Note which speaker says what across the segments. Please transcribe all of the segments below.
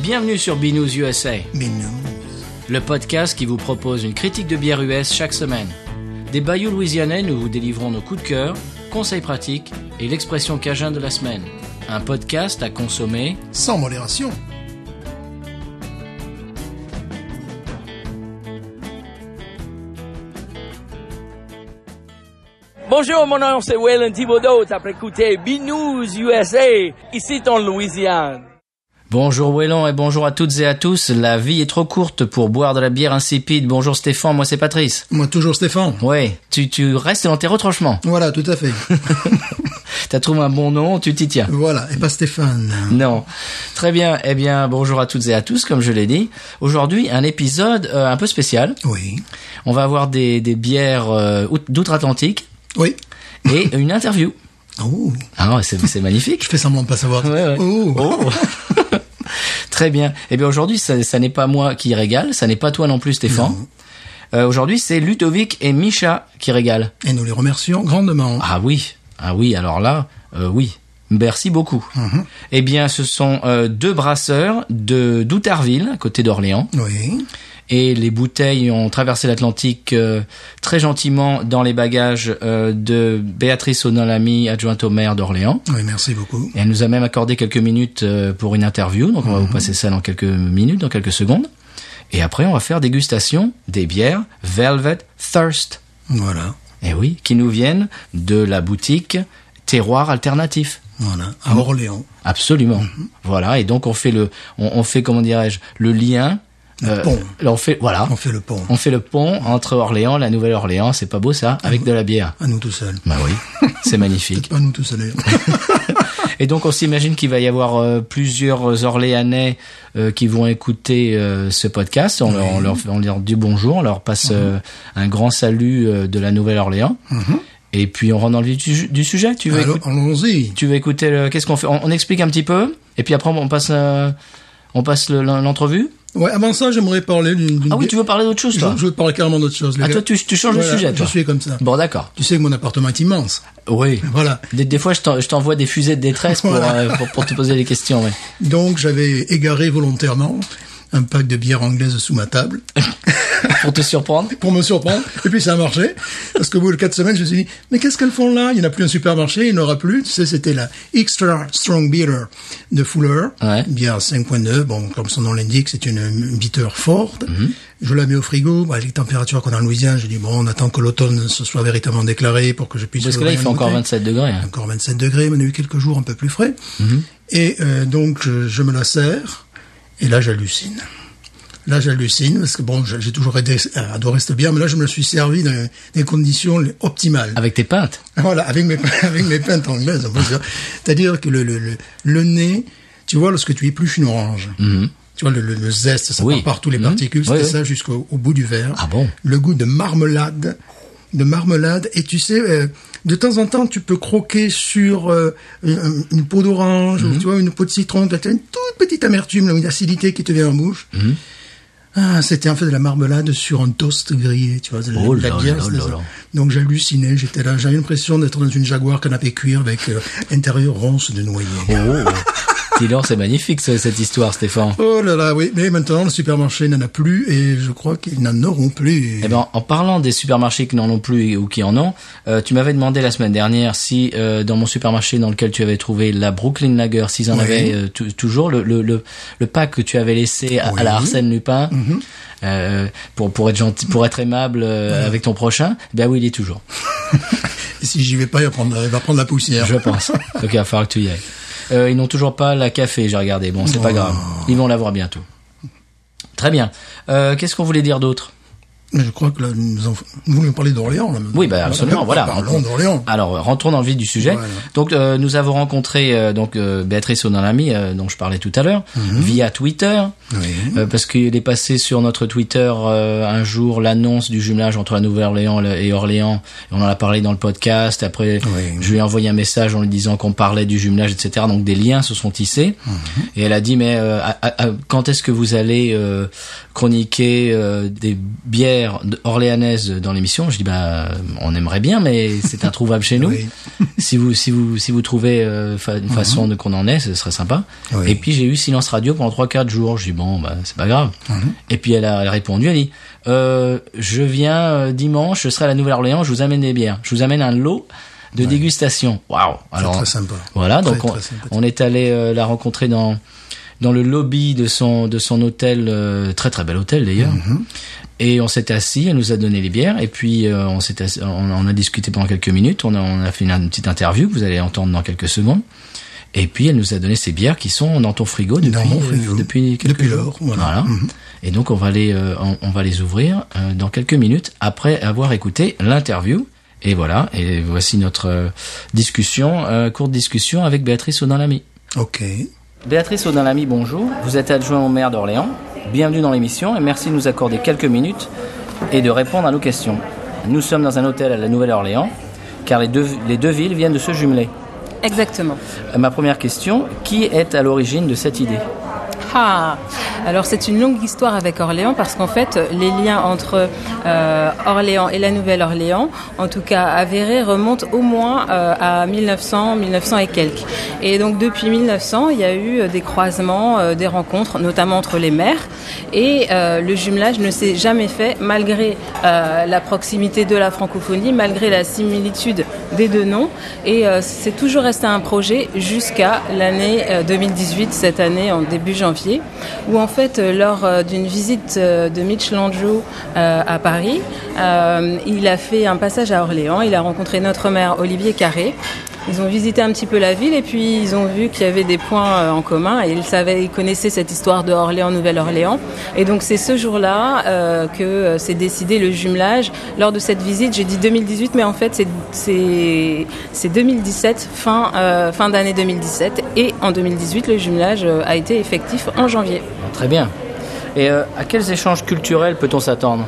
Speaker 1: Bienvenue sur Binous USA,
Speaker 2: Mais non.
Speaker 1: le podcast qui vous propose une critique de bière US chaque semaine. Des bayous louisianais, nous vous délivrons nos coups de cœur, conseils pratiques et l'expression cajun de la semaine. Un podcast à consommer.
Speaker 2: Sans modération.
Speaker 3: Bonjour, mon nom c'est Waylon Thibodeau. T'as écouté B-News USA, ici en Louisiane.
Speaker 1: Bonjour Wellon et bonjour à toutes et à tous. La vie est trop courte pour boire de la bière insipide. Bonjour Stéphane, moi c'est Patrice.
Speaker 2: Moi, toujours Stéphane.
Speaker 1: Ouais, tu, tu restes dans tes retranchements.
Speaker 2: Voilà, tout à fait.
Speaker 1: T'as trouvé un bon nom, tu t'y tiens.
Speaker 2: voilà, et pas Stéphane.
Speaker 1: Non. Très bien. Eh bien, bonjour à toutes et à tous, comme je l'ai dit. Aujourd'hui, un épisode euh, un peu spécial.
Speaker 2: Oui.
Speaker 1: On va avoir des, des bières euh, out- d'outre-Atlantique
Speaker 2: Oui.
Speaker 1: et une interview.
Speaker 2: Oh,
Speaker 1: Ah, ouais, c'est c'est magnifique.
Speaker 2: je fais semblant de pas savoir.
Speaker 1: Ouais, ouais.
Speaker 2: Oh.
Speaker 1: Oh. Très bien. Eh bien, aujourd'hui, ça, ça n'est pas moi qui régale, ça n'est pas toi non plus, Stéphane. Euh, aujourd'hui, c'est Ludovic et Micha qui régalent.
Speaker 2: Et nous les remercions grandement.
Speaker 1: Ah oui, ah oui, alors là, euh, oui. Merci beaucoup.
Speaker 2: Mhm.
Speaker 1: Eh bien, ce sont euh, deux brasseurs de d'Outarville, à côté d'Orléans,
Speaker 2: Oui.
Speaker 1: et les bouteilles ont traversé l'Atlantique euh, très gentiment dans les bagages euh, de Béatrice Onolami, adjointe au maire d'Orléans.
Speaker 2: Oui, merci beaucoup.
Speaker 1: Et elle nous a même accordé quelques minutes euh, pour une interview, donc on va vous
Speaker 2: Mhm.
Speaker 1: passer ça dans quelques minutes, dans quelques secondes. Et après, on va faire dégustation des bières Velvet Thirst.
Speaker 2: Voilà.
Speaker 1: Eh oui, qui nous viennent de la boutique Terroir Alternatif.
Speaker 2: Voilà.
Speaker 1: Ah
Speaker 2: À Orléans.
Speaker 1: Absolument.
Speaker 2: Mhm.
Speaker 1: Voilà. Et donc on fait le, on, on fait comment dirais-je, le lien.
Speaker 2: Le pont.
Speaker 1: là, On fait, voilà,
Speaker 2: On fait le pont.
Speaker 1: on fait le pont entre Orléans, la Nouvelle-Orléans. C'est pas beau ça, avec de la bière.
Speaker 2: À nous tout seuls.
Speaker 1: Bah oui, c'est magnifique.
Speaker 2: Pas nous tout seuls.
Speaker 1: Et donc on s'imagine qu'il va y avoir euh, plusieurs Orléanais euh, qui vont écouter euh, ce podcast. On, leur, on, leur, on leur dit bonjour, on leur passe
Speaker 2: Mhm.
Speaker 1: euh, un grand salut euh, de la Nouvelle-Orléans.
Speaker 2: Mhm.
Speaker 1: Et puis on rentre dans le vif du, ju- du sujet. Tu veux,
Speaker 2: Alors,
Speaker 1: écouter,
Speaker 2: allons-y.
Speaker 1: tu veux écouter le- Qu'est-ce qu'on fait on, on explique un petit peu. Et puis après on passe, euh, on passe le- l'entrevue.
Speaker 2: Ouais, avant ça, j'aimerais parler d'une. d'une
Speaker 1: ah oui,
Speaker 2: bi-
Speaker 1: tu veux parler d'autre chose
Speaker 2: je,
Speaker 1: toi
Speaker 2: je veux parler carrément d'autre chose. les
Speaker 1: Ah
Speaker 2: gars.
Speaker 1: toi tu, tu changes
Speaker 2: Voilà,
Speaker 1: le sujet. Toi.
Speaker 2: Je suis comme ça.
Speaker 1: Bon d'accord.
Speaker 2: Tu sais que mon appartement est immense.
Speaker 1: Oui.
Speaker 2: Voilà.
Speaker 1: Des, des fois je t'en- je t'envoie des fusées de détresse pour,
Speaker 2: Voilà.
Speaker 1: euh, pour, pour te poser des questions. ouais.
Speaker 2: Donc, j'avais égaré volontairement un pack de bière anglaise sous ma table.
Speaker 1: Pour te surprendre.
Speaker 2: pour me surprendre. Et puis ça a marché. Parce qu'au bout de quatre semaines, je me suis dit, mais qu'est-ce qu'elles font là Il n'y en a plus un supermarché, il n'y en aura plus. Tu sais, c'était la Extra Strong Beer de Fuller.
Speaker 1: Ouais.
Speaker 2: Bière 5.9. Bon, comme son nom l'indique, c'est une, une bitter forte.
Speaker 1: Mhm.
Speaker 2: Je la mets au frigo. Bah, avec les températures qu'on a en Louisiane, je dis, bon, on attend que l'automne se soit véritablement déclaré pour que je puisse...
Speaker 1: Parce que là il
Speaker 2: ouvrir
Speaker 1: fait
Speaker 2: une
Speaker 1: encore
Speaker 2: bouteille.
Speaker 1: 27 degrés. hein.
Speaker 2: Encore 27 degrés, mais on a eu quelques jours un peu plus frais. Et euh, donc, je, je me la sers, et là, j'hallucine. Là, j'hallucine, parce que bon, j'ai j'ai toujours aidé, adoré cette bière, mais là, je me la suis servi dans des conditions optimales.
Speaker 1: Avec tes pintes
Speaker 2: Voilà, avec mes, avec mes pintes anglaises. on peut dire. C'est-à-dire que le, le, le, le nez, tu vois, lorsque tu épluches une orange, tu vois, le, le, le zeste, ça
Speaker 1: Mhm. Oui.
Speaker 2: part partout, les
Speaker 1: Mhm.
Speaker 2: particules,
Speaker 1: Oui,
Speaker 2: c'était
Speaker 1: oui.
Speaker 2: ça jusqu'au au bout du verre.
Speaker 1: Ah bon
Speaker 2: Le goût de marmelade, de marmelade. Et tu sais, euh, de temps en temps, tu peux croquer sur euh, une, une peau d'orange,
Speaker 1: Mhm.
Speaker 2: ou tu vois, une peau de citron, tu as une toute petite amertume, là, une acidité qui te vient en bouche. Ah, c'était en fait de la marmelade sur un toast grillé, tu vois, de la,
Speaker 1: Oh
Speaker 2: de la
Speaker 1: là
Speaker 2: bière.
Speaker 1: là
Speaker 2: c'était
Speaker 1: là
Speaker 2: ça.
Speaker 1: là.
Speaker 2: Donc j'hallucinais, j'étais là, j'avais l'impression d'être dans une Jaguar canapé cuir avec euh, intérieur ronce de noyer.
Speaker 1: Oh, oh, oh. Dis-leur, c'est magnifique ce- cette histoire, Stéphane.
Speaker 2: Oh là là, oui, mais maintenant le supermarché n'en a plus et je crois qu'ils n'en auront plus.
Speaker 1: Eh ben, en- en parlant des supermarchés qui n'en ont plus ou qui en ont, euh, tu m'avais demandé la semaine dernière si euh, dans mon supermarché dans lequel tu avais trouvé la Brooklyn Lager, s'ils en
Speaker 2: Oui.
Speaker 1: avaient euh, tou- toujours le, le, le, le pack que tu avais laissé à, à
Speaker 2: Oui. Mhm.
Speaker 1: la Arsène Lupin euh, pour, pour être gentil, pour être aimable euh, avec ton prochain, ben oui, il est toujours.
Speaker 2: Si j'y vais pas, il va prendre, il va prendre la poussière.
Speaker 1: Je pense. Donc il va falloir que tu y ailles. Euh, ils n'ont toujours pas la café, j'ai regardé. Bon, c'est pas
Speaker 2: Oh.
Speaker 1: grave. Ils vont l'avoir bientôt. Très bien. Euh, Qu'est-ce qu'on voulait dire d'autre
Speaker 2: Mais je crois que là, nous, en... nous voulions parler d'Orléans. là, maintenant.
Speaker 1: Oui, bah, absolument. Voilà.
Speaker 2: Parlons d'Orléans.
Speaker 1: Alors, euh, rentrons dans le vif du sujet.
Speaker 2: Voilà.
Speaker 1: Donc, euh, nous avons rencontré euh, donc euh, Béatrice Onalami, euh, dont je parlais tout à l'heure,
Speaker 2: Mhm.
Speaker 1: via Twitter,
Speaker 2: Oui.
Speaker 1: euh, parce qu'il est passé sur notre Twitter euh, un jour l'annonce du jumelage entre la Nouvelle-Orléans et Orléans. Et on en a parlé dans le podcast. Après,
Speaker 2: Oui.
Speaker 1: je lui ai envoyé un message en lui disant qu'on parlait du jumelage, etc. Donc des liens se sont tissés. Et elle a dit mais euh, à- à- à- quand est-ce que vous allez euh, chroniquer euh, des bières bière d- orléanaise dans l'émission. Je dis bah on aimerait bien, mais c'est introuvable chez nous.
Speaker 2: Oui.
Speaker 1: Si vous si vous si vous trouvez euh, fa- une façon de qu'on en ait, ce serait sympa.
Speaker 2: Oui.
Speaker 1: Et puis j'ai eu silence radio pendant trois quatre jours. Je dis bon bah c'est pas grave. Et puis elle a, elle a répondu, elle dit euh, je viens euh, dimanche, je serai à la Nouvelle-Orléans, je vous amène des bières, je vous amène un lot de dégustation. Waouh
Speaker 2: Alors, très sympa.
Speaker 1: voilà,
Speaker 2: Très,
Speaker 1: donc on,
Speaker 2: très sympathique.
Speaker 1: on est allé euh, la rencontrer dans dans le lobby de son de son hôtel, euh, très très bel hôtel d'ailleurs.
Speaker 2: Mhm.
Speaker 1: Et on s'est assis, elle nous a donné les bières, et puis euh, on s'est assis- on, on a discuté pendant quelques minutes, on a, on a fait une, une petite interview que vous allez entendre dans quelques secondes. Et puis elle nous a donné ces bières qui sont dans ton frigo depuis
Speaker 2: Dans mon frigo.
Speaker 1: euh, depuis quelques
Speaker 2: Depuis
Speaker 1: jours.
Speaker 2: lors, voilà. Mhm.
Speaker 1: Et donc on va les euh, on, on va les ouvrir euh, dans quelques minutes après avoir écouté l'interview. Et voilà, et voici notre euh, discussion, euh, courte discussion avec Béatrice Audin-Lamy.
Speaker 2: Ok.
Speaker 1: Béatrice Audin-Lamy, bonjour. Vous êtes adjoint au maire d'Orléans. Bienvenue dans l'émission et merci de nous accorder quelques minutes et de répondre à nos questions. Nous sommes dans un hôtel à la Nouvelle-Orléans car les deux, les deux villes viennent de se jumeler.
Speaker 4: Exactement.
Speaker 1: Euh, Ma première question, qui est à l'origine de cette idée
Speaker 4: Ah. Alors c'est une longue histoire avec Orléans parce qu'en fait les liens entre euh, Orléans et la Nouvelle-Orléans, en tout cas avérés, remontent au moins euh, à 1900, 1900 et quelques. Et donc depuis 1900, il y a eu euh, des croisements, euh, des rencontres, notamment entre les maires. Et euh, le jumelage ne s'est jamais fait malgré euh, la proximité de la francophonie, malgré la similitude des deux noms. Et euh, c'est toujours resté un projet jusqu'à l'année euh, 2018, cette année en début janvier, où en fait, euh, lors euh, d'une visite euh, de Mitch Landrew euh, à Paris, euh, il a fait un passage à Orléans, il a rencontré notre maire Olivier Carré. Ils ont visité un petit peu la ville et puis ils ont vu qu'il y avait des points euh, en commun et ils savaient, ils connaissaient cette histoire de Orléans-Nouvelle-Orléans. Et donc c'est ce jour-là euh, que euh, s'est décidé le jumelage. Lors de cette visite, j'ai dit 2018, mais en fait c'est- c'est c'est 2017, fin, euh, fin d'année 2017. Et en 2018, le jumelage euh, a été effectif en janvier.
Speaker 1: Très bien. Et euh, à quels échanges culturels peut-on s'attendre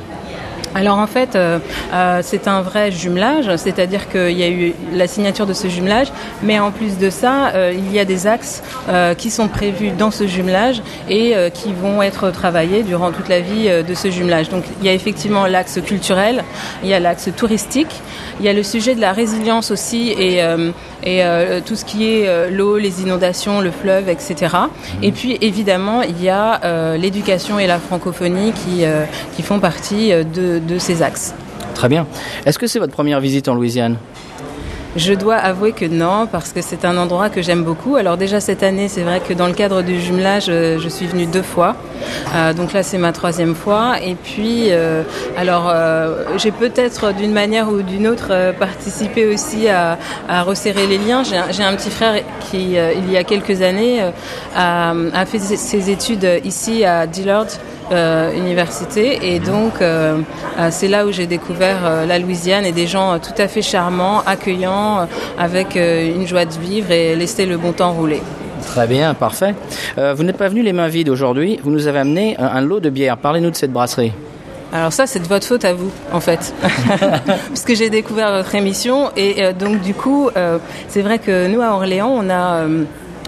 Speaker 4: Alors en fait, euh, euh, c'est un vrai jumelage, c'est-à-dire qu'il y a eu la signature de ce jumelage, mais en plus de ça, euh, il y a des axes euh, qui sont prévus dans ce jumelage et euh, qui vont être travaillés durant toute la vie euh, de ce jumelage. Donc il y a effectivement l'axe culturel, il y a l'axe touristique, il y a le sujet de la résilience aussi et, euh, et euh, tout ce qui est euh, l'eau, les inondations, le fleuve, etc. Et puis évidemment, il y a euh, l'éducation et la francophonie qui, euh, qui font partie euh, de, de ces axes.
Speaker 1: Très bien. Est-ce que c'est votre première visite en Louisiane
Speaker 4: Je dois avouer que non, parce que c'est un endroit que j'aime beaucoup. Alors déjà cette année, c'est vrai que dans le cadre du jumelage, euh, je suis venue deux fois. Euh, donc là, c'est ma troisième fois. Et puis, euh, alors, euh, j'ai peut-être d'une manière ou d'une autre euh, participé aussi à, à resserrer les liens. J'ai un, j'ai un petit frère qui, euh, il y a quelques années, euh, a, a fait ses- ses études ici à Dillard euh, université et donc euh, euh, c'est là où j'ai découvert euh, la Louisiane et des gens euh, tout à fait charmants, accueillants, euh, avec euh, une joie de vivre et laisser le bon temps rouler.
Speaker 1: Très bien, parfait. Euh, vous n'êtes pas venu les mains vides aujourd'hui. Vous nous avez amené un, un lot de bière. Parlez-nous de cette brasserie.
Speaker 4: Alors ça, c'est de votre faute à vous, en fait. Parce que j'ai découvert votre émission. Et euh, donc, du coup, euh, c'est vrai que nous, à Orléans, on a... euh,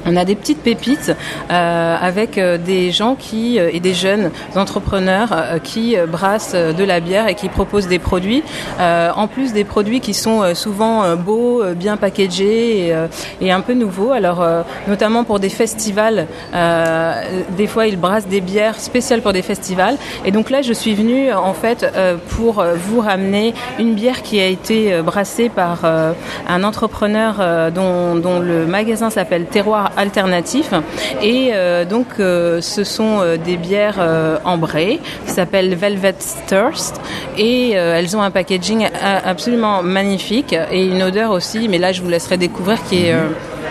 Speaker 4: on a des petites pépites euh, avec euh, des gens qui euh, et des jeunes entrepreneurs euh, qui euh, brassent euh, de la bière et qui proposent des produits, euh, en plus des produits qui sont euh, souvent euh, beaux, euh, bien packagés et, euh, et un peu nouveaux. Alors euh, notamment pour des festivals, euh, des fois ils brassent des bières spéciales pour des festivals. Et donc là, je suis venue euh, en fait euh, pour euh, vous ramener une bière qui a été euh, brassée par euh, un entrepreneur euh, dont, dont le magasin s'appelle Terroir Alternatif. Et euh, donc, euh, ce sont euh, des bières euh, ambrées qui s'appellent Velvet Thirst. Et euh, elles ont un packaging a- absolument magnifique et une odeur aussi, mais là, je vous laisserai découvrir qui est euh,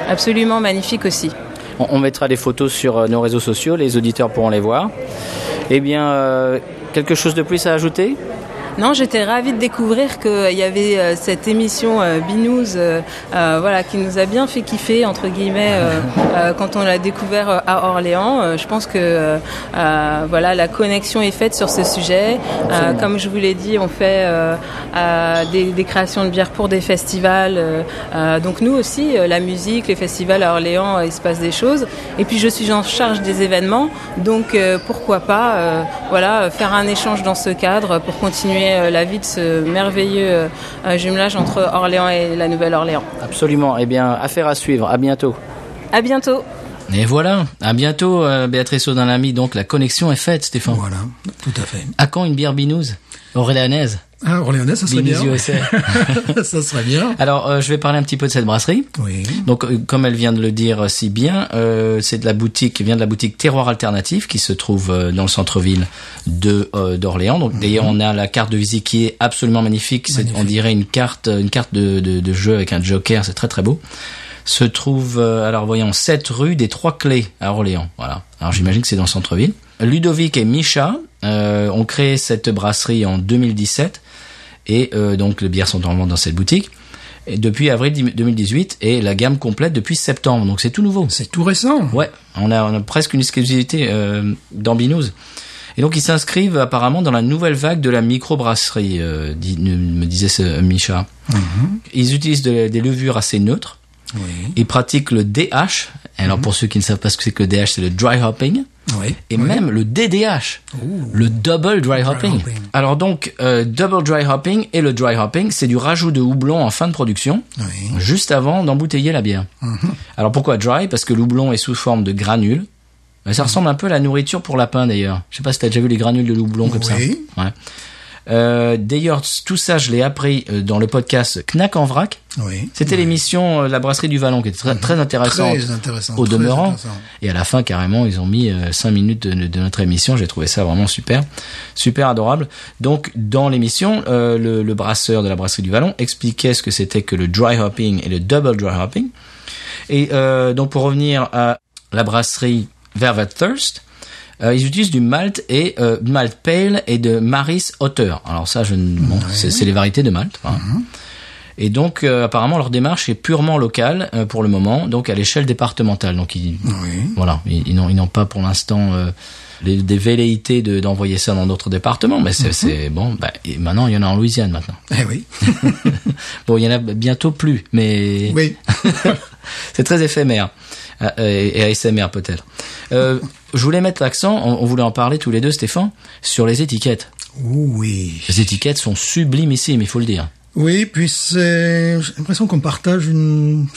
Speaker 4: absolument magnifique aussi.
Speaker 1: On, on mettra des photos sur euh, nos réseaux sociaux. Les auditeurs pourront les voir. Eh bien, euh, quelque chose de plus à ajouter
Speaker 4: Non, j'étais ravie de découvrir qu'il y avait euh, cette émission euh, Binous, euh, euh, voilà, qui nous a bien fait kiffer entre guillemets euh, euh, quand on l'a découvert euh, à Orléans. Euh, je pense que euh, euh, voilà, la connexion est faite sur ce sujet. Euh, comme je vous l'ai dit, on fait euh, euh, des, des créations de bières pour des festivals. euh, euh, donc nous aussi, euh, la musique, les festivals à Orléans, euh, il se passe des choses. Et puis je suis en charge des événements, donc euh, pourquoi pas, euh, voilà, euh, faire un échange dans ce cadre pour continuer euh, la vie de ce merveilleux euh, euh, jumelage entre Orléans et la Nouvelle-Orléans.
Speaker 5: Absolument. Eh bien, affaire à suivre. À bientôt.
Speaker 4: À bientôt.
Speaker 3: Et voilà, à bientôt euh, Béatrice Audin l'ami. Donc la connexion est faite Stéphane.
Speaker 2: Voilà, tout à fait.
Speaker 3: À quand une bière binouze Orléanaise
Speaker 2: Ah, Orléanais, ça serait
Speaker 3: Binous
Speaker 2: bien.
Speaker 3: USA.
Speaker 2: ça serait bien.
Speaker 3: Alors euh, je vais parler un petit peu de cette brasserie.
Speaker 2: Oui.
Speaker 3: Donc, euh, comme elle vient de le dire euh, si bien, euh, c'est de la boutique, vient de la boutique Terroir Alternatif qui se trouve euh, dans le centre-ville de euh, d'Orléans. Donc, d'ailleurs, on a la carte de visite qui est absolument magnifique. C'est, on dirait une carte, une carte de, de, de jeu avec un joker. C'est très très beau. Se trouve, euh, alors voyons, 7 rue des Trois Clés à Orléans. Voilà. Alors, j'imagine que c'est dans le centre-ville. Ludovic et Micha euh, ont créé cette brasserie en 2017 et euh, donc les bières sont en vente dans cette boutique et depuis avril 2018 et la gamme complète depuis septembre. Donc c'est tout nouveau.
Speaker 2: C'est tout récent.
Speaker 3: Ouais, on a, on a presque une exclusivité euh, dans Binous. Et donc ils s'inscrivent apparemment dans la nouvelle vague de la microbrasserie, euh, dit- me disait ce- Micha. Ils utilisent de- des levures assez neutres.
Speaker 2: Oui.
Speaker 3: Ils pratiquent le DH. Alors pour ceux qui ne savent pas ce que c'est que le DH, c'est le dry hopping
Speaker 2: Oui.
Speaker 3: et même le DDH, le Double Dry Hopping.
Speaker 2: hopping.
Speaker 3: Alors donc, euh, Double Dry Hopping et le Dry Hopping, c'est du rajout de houblon en fin de production,
Speaker 2: Oui.
Speaker 3: juste avant d'embouteiller la bière. Alors pourquoi dry Parce que le houblon est sous forme de granules. Mais Ça ressemble un peu à la nourriture pour lapin d'ailleurs. Je sais pas si t'as déjà vu les granules de houblon comme
Speaker 2: Oui.
Speaker 3: ça. Ouais. Euh, d'ailleurs, tout ça, je l'ai appris euh, dans le podcast Knack en vrac.
Speaker 2: Oui.
Speaker 3: C'était l'émission euh, La Brasserie du Vallon qui était très, très intéressante.
Speaker 2: Très intéressant,
Speaker 3: Au
Speaker 2: très
Speaker 3: demeurant.
Speaker 2: intéressant.
Speaker 3: Et à la fin, carrément, ils ont mis 5 minutes de, de notre émission. J'ai trouvé ça vraiment super. Super adorable. Donc, dans l'émission, euh, le, le brasseur de la Brasserie du Vallon expliquait ce que c'était que le dry hopping et le double dry hopping. Et euh, donc, pour revenir à la brasserie Vervet Thirst, euh, ils utilisent du malt et euh, malt pale et de maris hauteur. Alors ça, je ne, bon, c'est c'est les variétés de malt. hein. Et donc, euh, apparemment, leur démarche est purement locale euh, pour le moment, donc à l'échelle départementale. Donc, ils,
Speaker 2: Oui.
Speaker 3: voilà, ils, ils n'ont ils n'ont pas pour l'instant euh, les- des velléités de- d'envoyer ça dans d'autres départements, mais c'est c'est- bon. Bah, et maintenant, il y en a en Louisiane maintenant.
Speaker 2: Eh oui.
Speaker 3: Bon, il y en a bientôt plus, mais
Speaker 2: Oui.
Speaker 3: c'est très éphémère. Ah, euh, Et et ASMR peut-être. Euh, je voulais mettre l'accent, on, on voulait en parler tous les deux, Stéphane, sur les étiquettes.
Speaker 2: Oui.
Speaker 3: Les étiquettes sont sublimissimes, il faut le dire.
Speaker 2: Oui, puis c'est, j'ai l'impression qu'on partage une,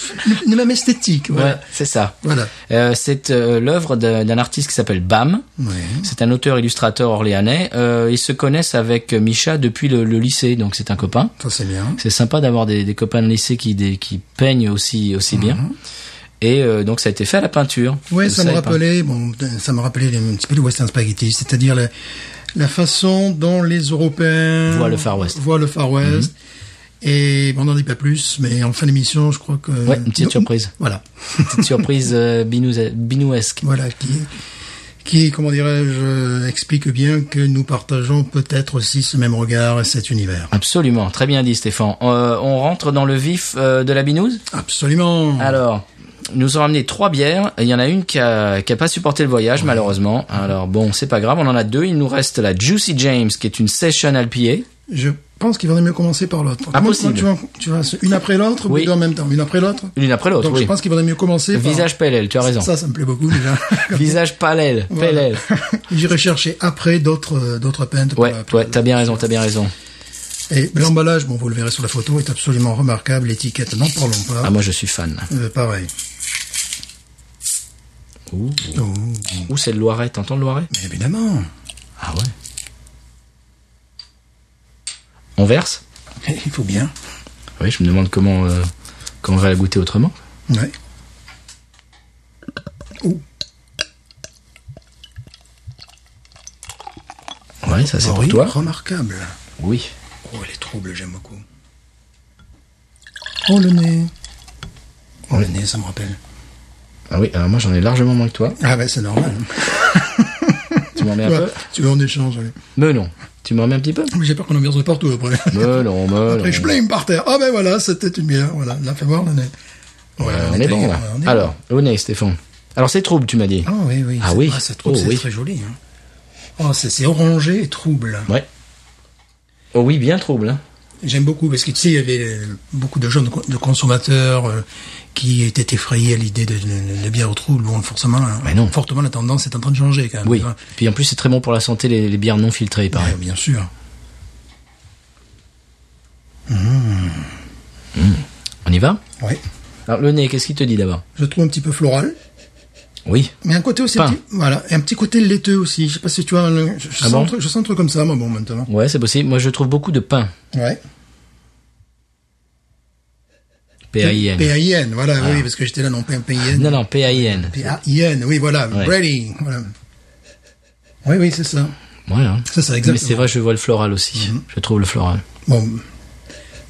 Speaker 2: une même esthétique. Voilà.
Speaker 3: Ouais, c'est ça.
Speaker 2: Voilà.
Speaker 3: Euh, c'est euh, l'œuvre d'un d'un artiste qui s'appelle Bam.
Speaker 2: Oui.
Speaker 3: C'est un auteur-illustrateur orléanais. Euh, ils se connaissent avec Micha depuis le, le lycée, donc c'est un copain.
Speaker 2: Ça, c'est bien.
Speaker 3: C'est sympa d'avoir des, des copains de lycée qui, des- qui peignent aussi, aussi bien.
Speaker 2: Mhm.
Speaker 3: Et euh, donc ça a été fait à la peinture.
Speaker 2: Oui,
Speaker 3: De
Speaker 2: ça me
Speaker 3: et par-
Speaker 2: rappelait, bon, ça me rappelait les- un petit peu le western spaghetti, c'est-à-dire la, la façon dont les Européens
Speaker 3: Voient le Far West. Mhm.
Speaker 2: voient le Far West. Et bon, on n'en dit pas plus, mais en fin d'émission, je crois que
Speaker 3: Ouais, une petite
Speaker 2: Non,
Speaker 3: surprise.
Speaker 2: Voilà,
Speaker 3: Petite surprise euh, binous- binouesque.
Speaker 2: voilà qui qui comment dirais-je euh, explique bien que nous partageons peut-être aussi ce même regard et cet univers.
Speaker 3: Absolument, très bien dit Stéphane. Euh, on rentre dans le vif euh, de la binouse
Speaker 2: Absolument.
Speaker 3: Alors, ils nous ont amené trois bières. Il y en a une qui a, qui a pas supporté le voyage, malheureusement. Alors bon, c'est pas grave, on en a deux. Il nous reste la Juicy James, qui est une session IPA.
Speaker 2: Je pense qu'il vaudrait mieux commencer par l'autre.
Speaker 3: Ah,
Speaker 2: Comment-
Speaker 3: possible.
Speaker 2: comment Tu vas, tu vas une après l'autre, ou
Speaker 3: Oui.
Speaker 2: les deux en même temps, une après l'autre.
Speaker 3: L'une après l'autre,
Speaker 2: Donc
Speaker 3: oui.
Speaker 2: je pense qu'il vaudrait mieux commencer. par-
Speaker 3: Visage PLL, tu as raison.
Speaker 2: Ça, ça me plaît beaucoup déjà.
Speaker 3: Visage PLL, PLL.
Speaker 2: J'irai chercher après d'autres euh, d'autres peintes. pour
Speaker 3: Ouais,
Speaker 2: la- pour
Speaker 3: ouais,
Speaker 2: la-
Speaker 3: t'as bien raison, t'as bien raison.
Speaker 2: Et l'emballage, bon, vous le verrez sur la photo, est absolument remarquable. L'étiquette, n'en parlons pas.
Speaker 3: Ah, moi je suis fan.
Speaker 2: Euh, pareil.
Speaker 3: Ouh,
Speaker 2: Oh,
Speaker 3: Ouh, c'est le Loiret, t'entends le Loiret
Speaker 2: mais évidemment.
Speaker 3: Ah ouais. On verse
Speaker 2: Il faut bien.
Speaker 3: Oui, je me demande comment, euh, comment on va la goûter autrement.
Speaker 2: Ouais.
Speaker 3: Ouais, ça c'est
Speaker 2: Oh
Speaker 3: pour
Speaker 2: oui,
Speaker 3: toi.
Speaker 2: Remarquable.
Speaker 3: Oui.
Speaker 2: Oh, elle est trouble, j'aime beaucoup. Oh, le nez. Oh, le nez, ça me rappelle.
Speaker 3: Ah oui, alors moi j'en ai largement moins que toi.
Speaker 2: Ah, ben, c'est normal.
Speaker 3: Tu
Speaker 1: m'en mets un
Speaker 2: Voilà.
Speaker 1: peu.
Speaker 2: Tu veux en échange, allez.
Speaker 1: Mais non. Tu m'en mets un petit peu
Speaker 2: Mais J'ai peur qu'on ambiance de partout après.
Speaker 1: Mais non, mais non.
Speaker 2: Après, je blame par terre. Ah ben voilà, c'était une bière. Voilà, la fait voir, l'année. Ouais,
Speaker 1: Euh, on est bon, là.
Speaker 2: on est bon.
Speaker 1: Alors, au nez, Stéphane. Alors, c'est trouble, tu m'as dit.
Speaker 2: Ah oui, oui.
Speaker 1: Ah
Speaker 2: c'est-
Speaker 1: oui.
Speaker 2: cette troupe,
Speaker 1: Oh,
Speaker 2: c'est
Speaker 1: oui.
Speaker 2: très joli. hein. Oh, c'est c'est orangé et trouble.
Speaker 1: Ouais. Oh oui, bien trouble. hein.
Speaker 2: J'aime beaucoup parce que tu sais, il y avait euh, beaucoup de jeunes co- de consommateurs euh, qui étaient effrayés à l'idée de, de- de bière au trouble. Bon, forcément, hein,
Speaker 1: Mais non.
Speaker 2: fortement, la tendance est en train de changer quand même.
Speaker 1: Oui. Ah
Speaker 2: hein.
Speaker 1: Puis en plus, c'est très bon pour la santé, les, les bières non filtrées, il paraît.
Speaker 2: Ouais, bien sûr.
Speaker 1: On y va
Speaker 2: Oui.
Speaker 1: Alors, le nez, qu'est-ce qu'il te dit d'abord
Speaker 2: Je trouve un petit peu floral,
Speaker 1: Oui.
Speaker 2: mais un côté aussi,
Speaker 1: Pain.
Speaker 2: petit- voilà, et un petit côté laiteux aussi. Je sais pas si tu vois, le- je, je
Speaker 1: Ah
Speaker 2: sens
Speaker 1: bon
Speaker 2: un truc, je sens un truc comme ça, moi, bon, maintenant.
Speaker 1: Ouais, c'est possible. Moi, je trouve beaucoup de pain.
Speaker 2: Ouais.
Speaker 1: P-A-I-N.
Speaker 2: P-A-I-N, voilà, oui, parce que j'étais là, non, pas un
Speaker 1: Ah.
Speaker 2: P-I-N.
Speaker 1: Non, non, P-A-I-N.
Speaker 2: P-A-I-N, oui, voilà,
Speaker 1: Ouais.
Speaker 2: ready, voilà. Oui, oui, c'est ça.
Speaker 1: Voilà.
Speaker 2: C'est ça,
Speaker 1: Mais c'est
Speaker 2: hein. exactement. Mm-hmm.
Speaker 1: vrai, je vois le floral aussi. Je trouve le floral.
Speaker 2: Bon,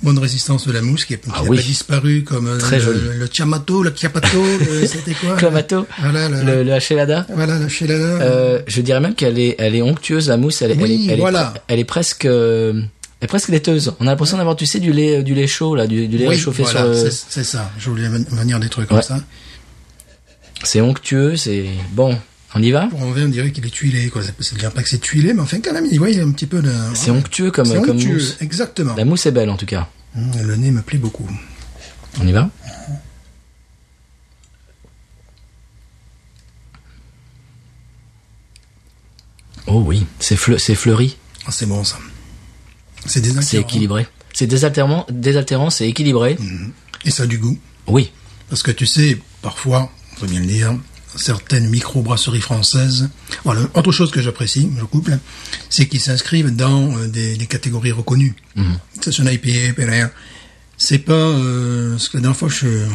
Speaker 2: bonne résistance de la mousse qui n'a
Speaker 1: Ah oui.
Speaker 2: pas disparu comme euh,
Speaker 1: Très
Speaker 2: le,
Speaker 1: joli.
Speaker 2: le chiamato, le chiapato, le- c'était quoi
Speaker 1: Clamato,
Speaker 2: Voilà, le,
Speaker 1: le, le hachelada.
Speaker 2: voilà, le chelala.
Speaker 1: Euh, je dirais même qu'elle est, elle est onctueuse, la mousse. Elle, est-
Speaker 2: Oui,
Speaker 1: elle, est- elle
Speaker 2: voilà.
Speaker 1: est, pre- elle est presque, euh, elle est presque laiteuse. On a l'impression d'avoir, tu sais, du lait, euh, du lait chaud là, du, du lait
Speaker 2: oui,
Speaker 1: réchauffé
Speaker 2: voilà,
Speaker 1: sur. le-
Speaker 2: c'est- c'est ça. Je voulais ven- venir des trucs comme
Speaker 1: Ouais.
Speaker 2: ça.
Speaker 1: C'est onctueux, c'est bon. On y va
Speaker 2: Pour en vrai, on dirait qu'il est tuilé, quoi. C'est bien pas que c'est tuilé, mais enfin, quand même, il ouais, il y a un petit peu de...
Speaker 1: C'est onctueux comme, euh,
Speaker 2: C'est
Speaker 1: comme
Speaker 2: onctueux,
Speaker 1: mousse.
Speaker 2: exactement.
Speaker 1: La mousse est belle en tout cas.
Speaker 2: Mmh, Le nez me plaît beaucoup.
Speaker 1: On y va Oh oui, c'est fleu- c'est fleuri,
Speaker 2: Ah, c'est bon, ça. C'est désaltérant.
Speaker 1: c'est équilibré. Mm. C'est désaltérant, désaltérant, c'est équilibré.
Speaker 2: hein. Et ça a du goût.
Speaker 1: Oui,
Speaker 2: Parce que tu sais, parfois, on peut bien le dire, certaines micro-brasseries françaises, voilà, autre chose que j'apprécie, je couple, c'est qu'ils s'inscrivent dans euh, des, des catégories reconnues.
Speaker 1: Mhm.
Speaker 2: C'est son IPA, PLR. E C'est pas, euh, parce que la dernière fois que je,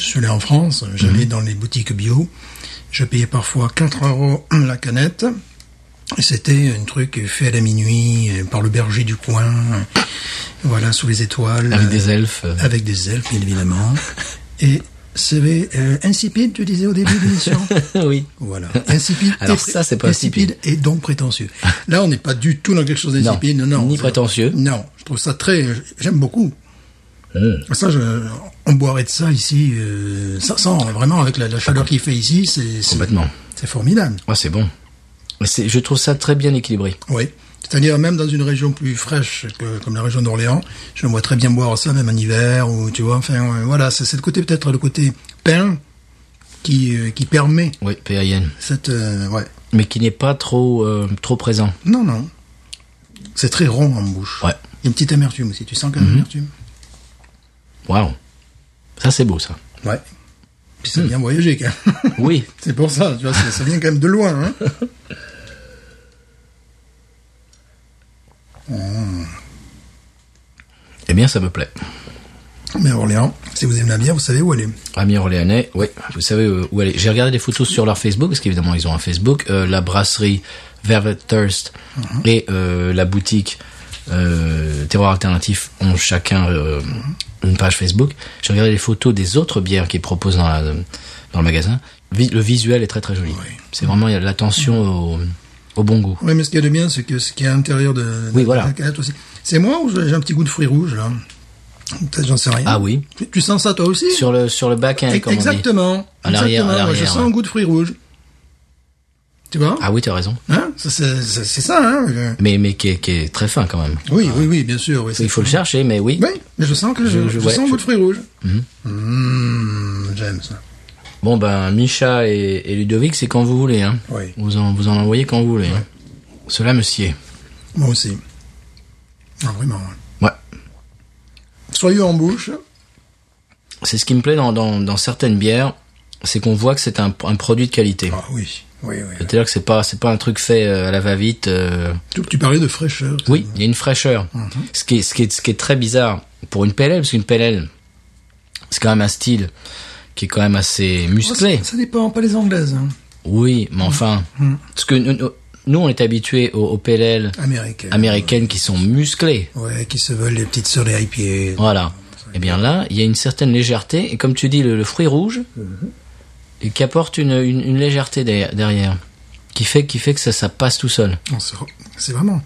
Speaker 2: je suis allé en France,
Speaker 1: Mhm.
Speaker 2: j'allais dans les boutiques bio, je payais parfois 4 euros la canette, et c'était un truc fait à la minuit, euh, par le berger du coin, euh, voilà, sous les étoiles.
Speaker 1: avec
Speaker 2: euh,
Speaker 1: des elfes. euh,
Speaker 2: avec des elfes, bien évidemment. Et c'est euh, insipide, tu disais au début de l'émission.
Speaker 1: oui.
Speaker 2: Voilà. Insipide.
Speaker 1: Alors
Speaker 2: et pré-
Speaker 1: ça, c'est pas
Speaker 2: et donc prétentieux. Là, on n'est pas du tout dans quelque chose d'insipide. Non,
Speaker 1: Non,
Speaker 2: non.
Speaker 1: ni
Speaker 2: C'est-
Speaker 1: prétentieux.
Speaker 2: Non. Je trouve ça très. J'aime beaucoup.
Speaker 1: Euh.
Speaker 2: Ça, je- on boirait de ça ici. Euh, ça sent vraiment avec la, la chaleur qu'il fait ici. C'est c'est-
Speaker 1: Complètement.
Speaker 2: C'est formidable.
Speaker 1: Oh, c'est bon. Mais c'est- Je trouve ça très bien équilibré.
Speaker 2: Oui. C'est-à-dire même dans une région plus fraîche que, comme la région d'Orléans, je me vois très bien boire ça même en hiver ou tu vois. Enfin ouais, voilà, c'est c'est le côté peut-être le côté pain qui euh, qui permet
Speaker 1: Oui, PAIN.
Speaker 2: cette euh, ouais.
Speaker 1: Mais qui n'est pas trop, euh, trop présent.
Speaker 2: Non non, c'est très rond en bouche.
Speaker 1: Ouais.
Speaker 2: Il y a une petite amertume aussi. Tu sens quand même l'amertume.
Speaker 1: Waouh. Ça, c'est beau, ça.
Speaker 2: Ouais. Puis c'est bien voyagé quand même.
Speaker 1: Oui.
Speaker 2: c'est pour ça, tu vois, ça, ça vient quand même de loin. Hein.
Speaker 1: Eh bien, ça me plaît.
Speaker 2: Mais Orléans, si vous aimez la bière, vous savez où elle est.
Speaker 1: Amis Orléanais, oui, vous savez euh, où aller. J'ai regardé des photos sur leur Facebook, parce qu'évidemment, ils ont un Facebook. Euh, la brasserie Velvet Thirst et euh, la boutique euh, Terroir Alternatif ont chacun euh, une page Facebook. J'ai regardé les photos des autres bières qu'ils proposent dans, la- dans le magasin. Vi- le visuel est très très joli. C'est vraiment il y a de l'attention au, au bon goût.
Speaker 2: Oui, mais ce qu'il y a de bien, c'est que ce qui est à l'intérieur de, de
Speaker 1: Oui, voilà.
Speaker 2: la canette aussi. C'est moi ou j'ai un petit goût de fruits rouges, là Peut-être j'en sais rien.
Speaker 1: Ah oui,
Speaker 2: Tu, tu sens ça toi aussi
Speaker 1: sur le, sur le bac, hein,
Speaker 2: E-
Speaker 1: comme on dit.
Speaker 2: Exactement.
Speaker 1: À l'arrière,
Speaker 2: Exactement,
Speaker 1: à
Speaker 2: ouais, Je
Speaker 1: l'arrière,
Speaker 2: sens
Speaker 1: ouais.
Speaker 2: un goût de fruits rouges. Tu vois
Speaker 1: Ah oui, t'as raison.
Speaker 2: Hein Ça, C'est c'est- c'est ça, hein euh,
Speaker 1: Mais, mais qui est, qui est très fin quand même.
Speaker 2: Oui, oui, oui, bien sûr. Oui, c'est-
Speaker 1: Il faut le chercher, mais oui.
Speaker 2: Oui, mais je sens que je,
Speaker 1: Je- je
Speaker 2: je
Speaker 1: vois, Mhm.
Speaker 2: sens un
Speaker 1: je-
Speaker 2: goût de fruits rouges. Mmh, J'aime ça.
Speaker 1: Bon ben Micha et, et Ludovic, c'est quand vous voulez. Hein.
Speaker 2: Oui.
Speaker 1: Vous en vous en envoyez quand vous voulez. hein. Cela me sied.
Speaker 2: Moi aussi. Ah, vraiment. ouais.
Speaker 1: Ouais.
Speaker 2: Soyeux en bouche.
Speaker 1: C'est ce qui me plaît dans, dans, dans certaines bières, c'est qu'on voit que c'est un, un produit de qualité.
Speaker 2: Ah oui, oui, oui.
Speaker 1: C'est-à-dire que c'est pas c'est pas un truc fait euh, à la va-vite. euh,
Speaker 2: Tu, tu parlais de fraîcheur.
Speaker 1: Oui, il y a une fraîcheur.
Speaker 2: Mhm.
Speaker 1: Ce qui est ce qui est ce qui est très bizarre pour une PLL parce qu'une PLL c'est quand même un style qui est quand même assez musclé.
Speaker 2: Ça dépend, pas les anglaises. Hein.
Speaker 1: Oui, mais enfin, parce que nous, nous, on est habitués aux, aux PLL
Speaker 2: Américaines.
Speaker 1: américaines qui sont musclées.
Speaker 2: Ouais, qui se veulent les petites sœurs des IPA.
Speaker 1: Voilà. Eh bien là, il y a une certaine légèreté, et comme tu dis, le, le fruit rouge, et qui apporte une, une- une légèreté derrière. derrière.
Speaker 3: qui fait, qui fait que ça, ça passe tout seul.
Speaker 2: Non, c'est- C'est vraiment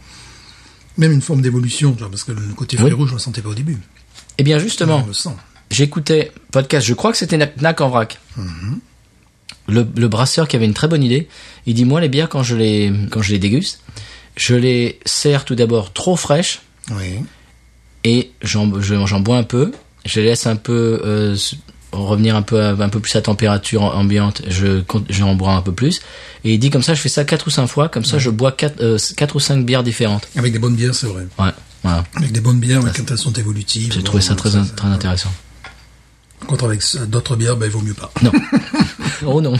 Speaker 2: même une forme d'évolution, genre, parce que le côté fruit rouge, je ne le sentais pas au début.
Speaker 3: Eh bien, justement,
Speaker 2: Je le sens.
Speaker 3: j'écoutais podcast, je crois que c'était Nac en vrac. Le, le brasseur qui avait une très bonne idée, il dit moi les bières quand je les quand je les déguste, je les sers tout d'abord trop fraîches
Speaker 2: Oui.
Speaker 3: et j'en je- j'en bois un peu, je les laisse un peu euh, s- revenir un peu à- un peu plus à température am- ambiante, je con- j'en bois un peu plus et il dit comme ça je fais ça quatre ou cinq fois, comme ça je bois quatre euh, quatre ou cinq bières différentes.
Speaker 2: Avec des bonnes bières, c'est vrai.
Speaker 3: Ouais, voilà.
Speaker 2: Avec des bonnes bières, mais quand elles sont évolutives.
Speaker 3: J'ai
Speaker 2: bon,
Speaker 3: trouvé ça très in-
Speaker 2: ça-
Speaker 3: très intéressant.
Speaker 2: Contre avec euh, d'autres bières, ben, il vaut mieux pas.
Speaker 3: Non. oh non.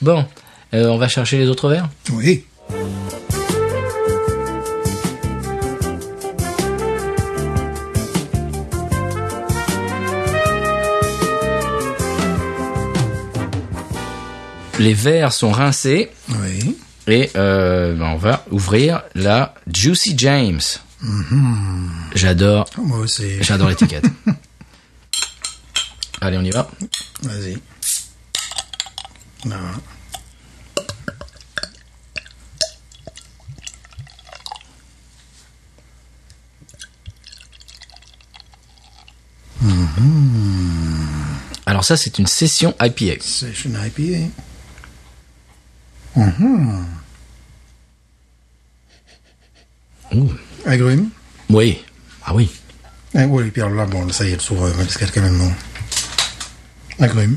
Speaker 3: Bon, euh, on va chercher les autres verres.
Speaker 2: Oui.
Speaker 3: Les verres sont rincés
Speaker 2: Oui.
Speaker 3: et euh, ben, on va ouvrir la Juicy James. J'adore,
Speaker 2: Ah, Moi, c'est.
Speaker 3: j'adore l'étiquette. Allez, on y va.
Speaker 2: Vas-y. Ah.
Speaker 3: Alors ça, c'est une session IPA.
Speaker 2: Session E. IPA. Mm-hmm.
Speaker 3: Ouh.
Speaker 2: Agrume.
Speaker 3: Oui. Ah oui.
Speaker 2: Ah, oui, puis alors là, bon, ça y est, le sourire, parce qu'elle quand même. bon. Agrume.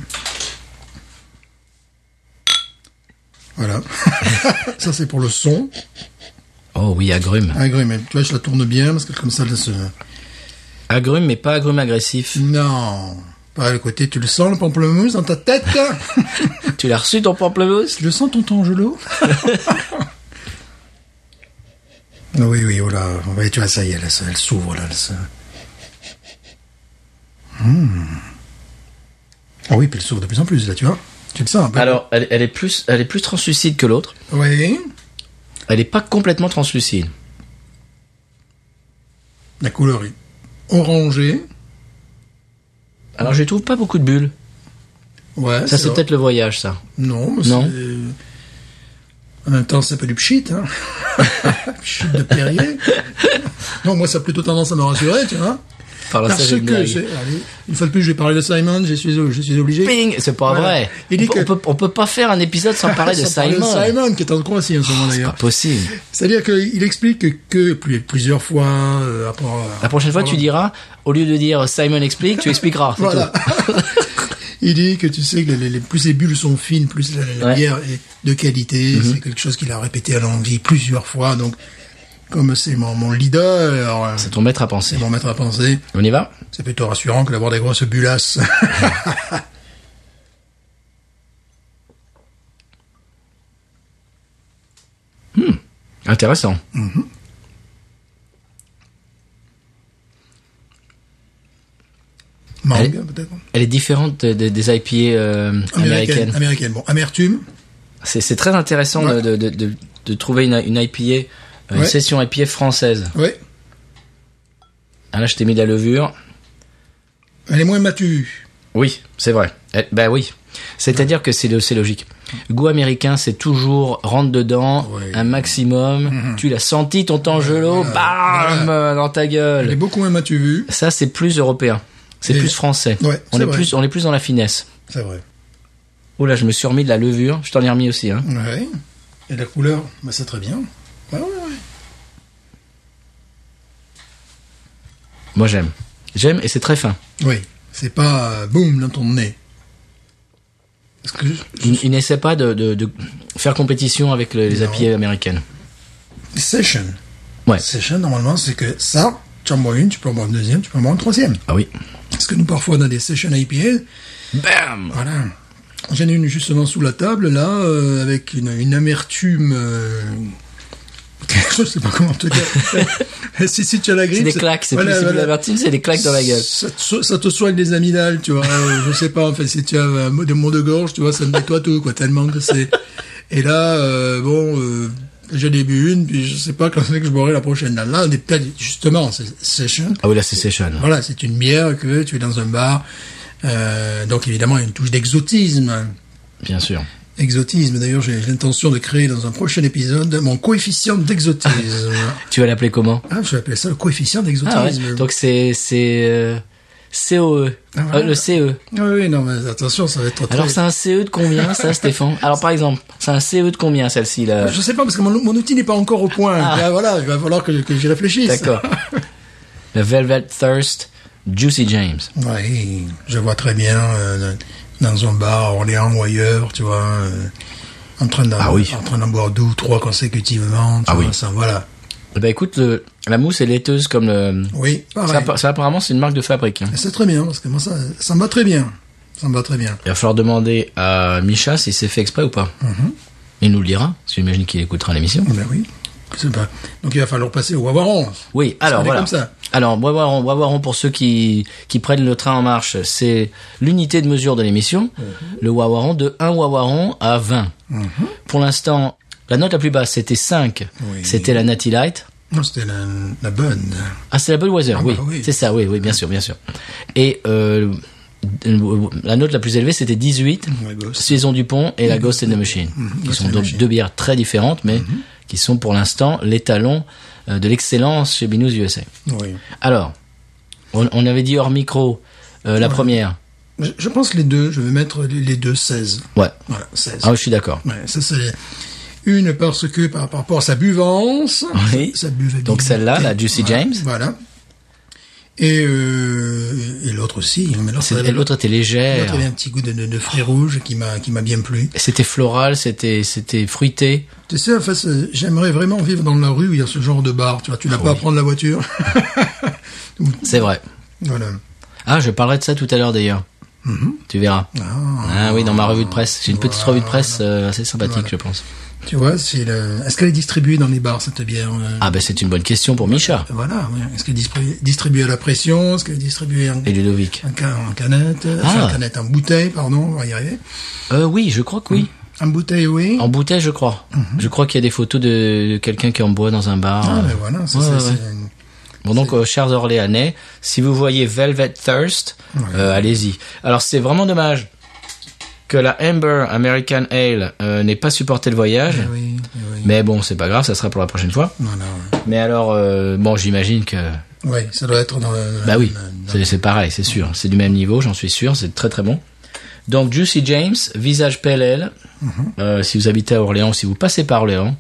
Speaker 2: Voilà. ça, c'est pour le son.
Speaker 3: Oh oui, agrumes.
Speaker 2: Agrume, tu vois, je la tourne bien, parce que comme ça, là, se...
Speaker 3: Agrumes, mais pas agrumes agressif.
Speaker 2: Non. Pas le côté, tu le sens, le pamplemousse dans ta tête
Speaker 3: tu l'as reçu ton pamplemousse
Speaker 2: Tu le sens, ton tangelo Oui, oui, oh là, ouais, tu vois, ça y est, là, ça- elle s'ouvre, là. là, ça. Hmm. Ah oui, puis elle s'ouvre de plus en plus, là, tu vois. Tu le sens un peu.
Speaker 3: Alors, elle, elle est plus, elle est plus translucide que l'autre.
Speaker 2: Oui,
Speaker 3: Elle n'est pas complètement translucide.
Speaker 2: la couleur est orangée.
Speaker 3: Alors, je trouve pas beaucoup de bulles.
Speaker 2: Ouais,
Speaker 3: Ça, c'est
Speaker 2: vrai.
Speaker 3: peut-être le voyage, ça.
Speaker 2: Non, mais
Speaker 3: Non.
Speaker 2: c'est- En même temps, c'est pas du pchit, hein. pchit de Perrier. non, moi, ça a plutôt tendance à me rassurer, tu vois.
Speaker 3: Par la
Speaker 2: Parce
Speaker 3: sagesse de
Speaker 2: que,
Speaker 3: la-
Speaker 2: c'est- allez, une fois de plus, je vais parler de Simon, je suis, je suis obligé.
Speaker 3: Ping, c'est pas
Speaker 2: Voilà.
Speaker 3: vrai.
Speaker 2: Il
Speaker 3: on,
Speaker 2: dit
Speaker 3: peut,
Speaker 2: que-
Speaker 3: on, peut, on peut pas faire un épisode sans parler de
Speaker 2: Sans parler
Speaker 3: Simon.
Speaker 2: Simon, qui est en Croatie en ce moment
Speaker 3: Ah, C'est pas
Speaker 2: d'ailleurs.
Speaker 3: possible.
Speaker 2: C'est-à-dire qu'il explique que plus- plusieurs fois, euh, après,
Speaker 3: La prochaine fois, tu diras, au lieu de dire Simon explique, tu expliqueras. c'est
Speaker 2: Voilà.
Speaker 3: tout.
Speaker 2: il dit que tu sais que les, les- plus les bulles sont fines, plus la, la
Speaker 3: Ouais.
Speaker 2: bière est de qualité.
Speaker 3: Mhm.
Speaker 2: C'est quelque chose qu'il a répété à l'envie plusieurs fois. Donc, comme c'est mon, mon leader, euh,
Speaker 3: C'est ton maître à penser.
Speaker 2: c'est mon maître à penser.
Speaker 3: On y va
Speaker 2: C'est plutôt rassurant que d'avoir des grosses bulasses.
Speaker 3: Intéressant.
Speaker 2: Mangue, peut-être.
Speaker 3: Elle est différente de- de- des IPA euh, américaines.
Speaker 2: Américaine. Bon, amertume.
Speaker 3: C'est c'est très intéressant de-
Speaker 2: Ouais.
Speaker 3: de, de, de, de trouver une, une IPA, euh, une
Speaker 2: Ouais.
Speaker 3: session IPA française.
Speaker 2: Oui.
Speaker 3: Ah, là, je t'ai mis de la levure.
Speaker 2: Elle est moins matue.
Speaker 3: Oui, c'est vrai. Eh, ben oui. C'est-à-dire que c'est le- c'est logique. Goût américain, c'est toujours rentre dedans,
Speaker 2: Ouais. Mm-hmm.
Speaker 3: un maximum. Tu l'as senti, ton tangelo, bam, euh, dans ta
Speaker 2: Elle est
Speaker 3: gueule.
Speaker 2: beaucoup moins matue vue.
Speaker 3: Ça, c'est plus européen. C'est
Speaker 2: Et-
Speaker 3: plus français.
Speaker 2: Ouais,
Speaker 3: on,
Speaker 2: c'est
Speaker 3: est
Speaker 2: vrai.
Speaker 3: plus, on est plus dans la finesse.
Speaker 2: C'est vrai.
Speaker 3: Oh là, je me suis remis de la levure. Je t'en ai remis aussi. Hein.
Speaker 2: Ouais. Et la couleur, bah, c'est très bien. Ouais, ouais, ouais.
Speaker 3: Moi, j'aime. J'aime et c'est très fin.
Speaker 2: Oui, c'est pas euh, boum dans ton nez. Parce que
Speaker 3: Il, il n'essaie pas de, de- de faire compétition avec le- les API américaines.
Speaker 2: session,
Speaker 3: Ouais.
Speaker 2: session normalement c'est que ça, tu en bois une, tu peux en boire une deuxième, tu peux en boire une troisième.
Speaker 3: Ah oui.
Speaker 2: Parce que nous parfois on a des sessions IPA,
Speaker 3: Bam
Speaker 2: voilà. J'en ai une justement sous la table là euh, avec une, une amertume. euh, je sais pas comment te dire. si si tu as la grippe.
Speaker 3: C'est des
Speaker 2: ça-
Speaker 3: claques. C'est
Speaker 2: voilà,
Speaker 3: plus, c'est plus
Speaker 2: voilà.
Speaker 3: la vertine, c'est des claques dans la gueule.
Speaker 2: Ça te, so- ça te soigne les amygdales, tu vois. euh, je sais pas, en fait, si tu as un mot- des maux de gorge, tu vois, ça me nettoie tout, quoi, tellement que c'est. Et là, euh, bon, euh, j'ai bu une, puis je sais pas quand c'est que je boirai la prochaine. Là, là on est peut-être, justement, c'est session.
Speaker 3: Ah oui, là, c'est Session.
Speaker 2: Voilà, c'est une bière que tu es dans un bar. Euh, donc évidemment, il y a une touche d'exotisme.
Speaker 3: Bien sûr.
Speaker 2: exotisme. D'ailleurs, j'ai l'intention de créer dans un prochain épisode mon coefficient d'exotisme.
Speaker 1: Tu vas l'appeler comment
Speaker 2: ah, je vais appeler ça le coefficient
Speaker 1: Ah ouais.
Speaker 2: d'exotisme.
Speaker 1: Donc c'est c'est euh, COE.
Speaker 2: Ah ouais.
Speaker 1: Euh, le CE.
Speaker 2: Ah oui, non, mais attention, ça va être trop.
Speaker 1: Alors c'est un CE de combien ça Stéphane Alors par exemple, c'est un CE de combien celle-ci là
Speaker 2: Je sais pas, parce que mon, mon outil n'est pas encore au point. Là, voilà, il va falloir que, que j'y réfléchisse.
Speaker 1: Ah. D'accord. Le Velvet Thirst Juicy James.
Speaker 2: Oui, je vois très bien euh, dans un bar à Orléans ou ailleurs, tu vois, euh, en train d'en
Speaker 1: Ah oui.
Speaker 2: en train d'en boire deux ou trois consécutivement. Tu
Speaker 1: Ah
Speaker 2: vois,
Speaker 1: oui.
Speaker 2: ça, voilà.
Speaker 1: Eh Ben écoute, le- la mousse est laiteuse comme le.
Speaker 2: Oui,
Speaker 1: Ça,
Speaker 2: pareil.
Speaker 1: appa- ça, apparemment c'est une marque de fabrique. hein.
Speaker 2: Mais C'est très bien, parce que moi, ça, ça me va très bien. Ça me va très bien.
Speaker 1: Il va falloir demander à Micha si c'est fait exprès ou pas. Il nous le dira. parce que J'imagine qu'il écoutera l'émission.
Speaker 2: Ben oui. C'est pas... Donc il va falloir passer au Wawaron.
Speaker 1: Oui, alors
Speaker 2: qu'on est
Speaker 1: voilà.
Speaker 2: comme ça.
Speaker 1: Alors, Boisvaron, Boisvaron, pour ceux qui, qui prennent le train en marche, c'est l'unité de mesure de l'émission,
Speaker 2: Mhm.
Speaker 1: le Wawaron, de 1 Wawaron à 20. Pour l'instant, la note la plus basse, c'était 5.
Speaker 2: Oui.
Speaker 1: C'était la Natty Light.
Speaker 2: Non, c'était la, la bonne.
Speaker 1: Ah, c'est la Budweiser,
Speaker 2: Ah,
Speaker 1: oui.
Speaker 2: bah oui.
Speaker 1: C'est ça, oui, oui, bien sûr, bien sûr. Et euh, la note la plus élevée, c'était 18.
Speaker 2: Ouais, boss.
Speaker 1: Saison du Pont et la Mhm. Ghost in the Machine, Mhm. qui
Speaker 2: Ghost
Speaker 1: sont
Speaker 2: in the
Speaker 1: donc
Speaker 2: Machine.
Speaker 1: deux bières très différentes, mais qui sont pour l'instant l'étalon euh, de l'excellence chez Binous USA.
Speaker 2: Oui.
Speaker 1: Alors, on, on avait dit hors micro euh, la première.
Speaker 2: Je, je pense les deux, je vais mettre les les deux 16.
Speaker 1: Ouais.
Speaker 2: Voilà, 16.
Speaker 1: Ah, je suis d'accord.
Speaker 2: Ouais, ça c'est une parce que par, par rapport à sa buvance,
Speaker 1: Oui.
Speaker 2: sa buvabilité.
Speaker 1: Donc celle-là, la Juicy
Speaker 2: Voilà,
Speaker 1: James.
Speaker 2: Voilà. Et, euh, et l'autre aussi. mais l'autre,
Speaker 1: C'est- et L'autre était légère.
Speaker 2: l'autre avait un petit goût de, de, de frais rouge qui m'a qui m'a bien plu.
Speaker 1: C'était floral, c'était c'était fruité.
Speaker 2: Tu sais, enfin, c'est- j'aimerais vraiment vivre dans la rue où il y a ce genre de bar. Tu vois, tu
Speaker 1: Ah
Speaker 2: n'as pas à prendre la voiture.
Speaker 1: C'est vrai.
Speaker 2: voilà.
Speaker 1: Ah, je parlerai de ça tout à l'heure d'ailleurs. Tu verras. Ah, oui, dans ma revue de presse. J'ai une petite revue de presse euh, assez sympathique, je pense.
Speaker 2: Tu vois, c'est le... est-ce qu'elle est distribuée dans les bars cette bière euh,
Speaker 1: Ah, ben c'est une bonne question pour Micha
Speaker 2: Voilà. ouais. Est-ce qu'elle est distribuée- distribuée à la pression Est-ce qu'elle est distribuée en,
Speaker 1: et Ludovic.
Speaker 2: en ca- en canette Enfin,
Speaker 1: Ah.
Speaker 2: en canette, en bouteille, pardon. On va y arriver.
Speaker 1: Euh, oui, je crois que oui. Mhm.
Speaker 2: En bouteille, oui.
Speaker 1: En bouteille, je crois. Je crois qu'il y a des photos de, de quelqu'un qui en boit dans un bar.
Speaker 2: Ah,
Speaker 1: Euh,
Speaker 2: ben voilà, c'est
Speaker 1: ouais,
Speaker 2: ça,
Speaker 1: ouais,
Speaker 2: c'est
Speaker 1: ouais.
Speaker 2: une-
Speaker 1: Bon, donc, euh, chers Orléanais, si vous voyez Velvet Thirst, euh, allez-y. Alors, c'est vraiment dommage que la Amber American Ale euh, n'ait pas supporté le voyage.
Speaker 2: Eh oui, eh oui.
Speaker 1: Mais bon, c'est pas grave, ça sera pour la prochaine fois.
Speaker 2: Voilà, ouais.
Speaker 1: Mais alors, euh, bon, j'imagine que...
Speaker 2: Ouais, ça doit être dans le.
Speaker 1: Bah oui,
Speaker 2: dans- dans-
Speaker 1: c'est c'est pareil, c'est sûr. C'est du même niveau, j'en suis sûr, c'est très très bon. Donc Juicy James, visage PLL. Euh, si vous habitez à Orléans, si vous passez par Orléans,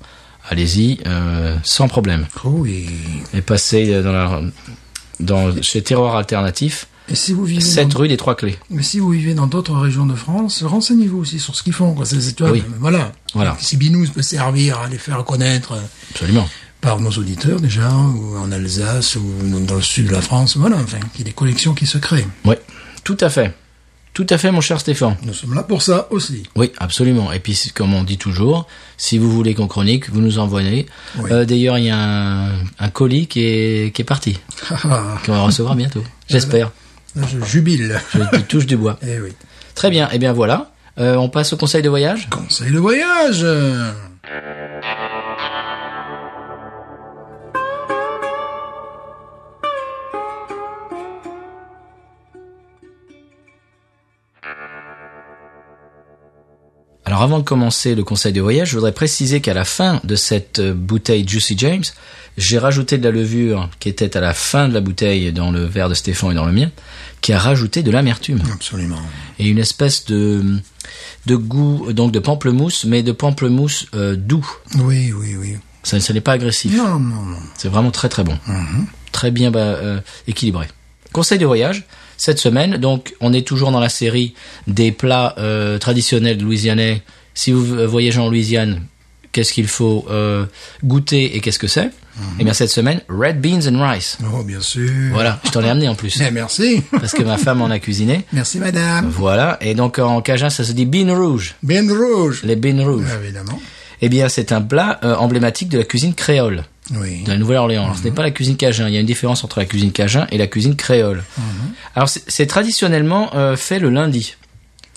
Speaker 1: allez-y, euh, sans problème.
Speaker 2: Oh, et...
Speaker 1: Et passez euh, dans la, dans, chez Terroir Alternatif,
Speaker 2: et si vous vivez.
Speaker 1: 7
Speaker 2: dans-
Speaker 1: rue des Trois Clés.
Speaker 2: Mais si vous vivez dans d'autres régions de France, renseignez-vous aussi sur ce qu'ils font. Quoi. C'est, c'est- tu vois,
Speaker 1: Ah Oui.
Speaker 2: Voilà.
Speaker 1: Voilà.
Speaker 2: Si Binous peut servir à les faire connaître euh,
Speaker 1: Absolument.
Speaker 2: par nos auditeurs déjà, ou en Alsace, ou dans le sud de la France, voilà, enfin, qu'il y ait des collections qui se créent.
Speaker 1: Oui, tout à fait. Tout à fait, mon cher Stéphane.
Speaker 2: Nous sommes là pour ça aussi.
Speaker 1: Oui, absolument. Et puis, c'est comme on dit toujours, si vous voulez qu'on chronique, vous nous envoyez.
Speaker 2: Oui.
Speaker 1: Euh, D'ailleurs, il y a un, un colis qui est, qui est parti,
Speaker 2: Ah,
Speaker 1: qu'on va recevoir bientôt. J'espère.
Speaker 2: là, je jubile.
Speaker 1: Je touche du bois.
Speaker 2: Eh oui.
Speaker 1: Très bien, et bien voilà. Euh, on passe au conseil de voyage
Speaker 2: Conseil de voyage
Speaker 1: Alors avant de commencer le conseil de voyage, je voudrais préciser qu'à la fin de cette euh, bouteille Juicy James, j'ai rajouté de la levure qui était à la fin de la bouteille dans le verre de Stéphane et dans le mien, qui a rajouté de l'amertume
Speaker 2: Absolument.
Speaker 1: et une espèce de de goût euh, donc de pamplemousse, mais de pamplemousse euh, doux.
Speaker 2: Oui, oui, oui.
Speaker 1: Ça, ça n'est pas agressif.
Speaker 2: Non, non, non.
Speaker 1: C'est vraiment très très bon. Très bien bah, euh, équilibré. Conseil de voyage, cette semaine, donc on est toujours dans la série des plats euh, traditionnels louisianais. Si vous euh, voyagez en Louisiane, qu'est-ce qu'il faut euh, goûter et qu'est-ce que c'est Eh bien cette semaine, red beans and rice.
Speaker 2: Oh, bien sûr.
Speaker 1: Voilà, je t'en ai amené en plus,
Speaker 2: Eh, merci.
Speaker 1: parce que ma femme en a cuisiné.
Speaker 2: Merci, madame.
Speaker 1: Voilà, et donc en cajun ça se dit bean rouge,
Speaker 2: Ben Rouge.
Speaker 1: les beans rouges.
Speaker 2: Évidemment.
Speaker 1: Eh bien c'est un plat euh, emblématique de la cuisine créole.
Speaker 2: Oui.
Speaker 1: de la Nouvelle-Orléans. Alors, Ce n'est pas la cuisine cajun. Il y a une différence entre la cuisine cajun et la cuisine créole. Alors, c'est c'est traditionnellement euh, fait le lundi.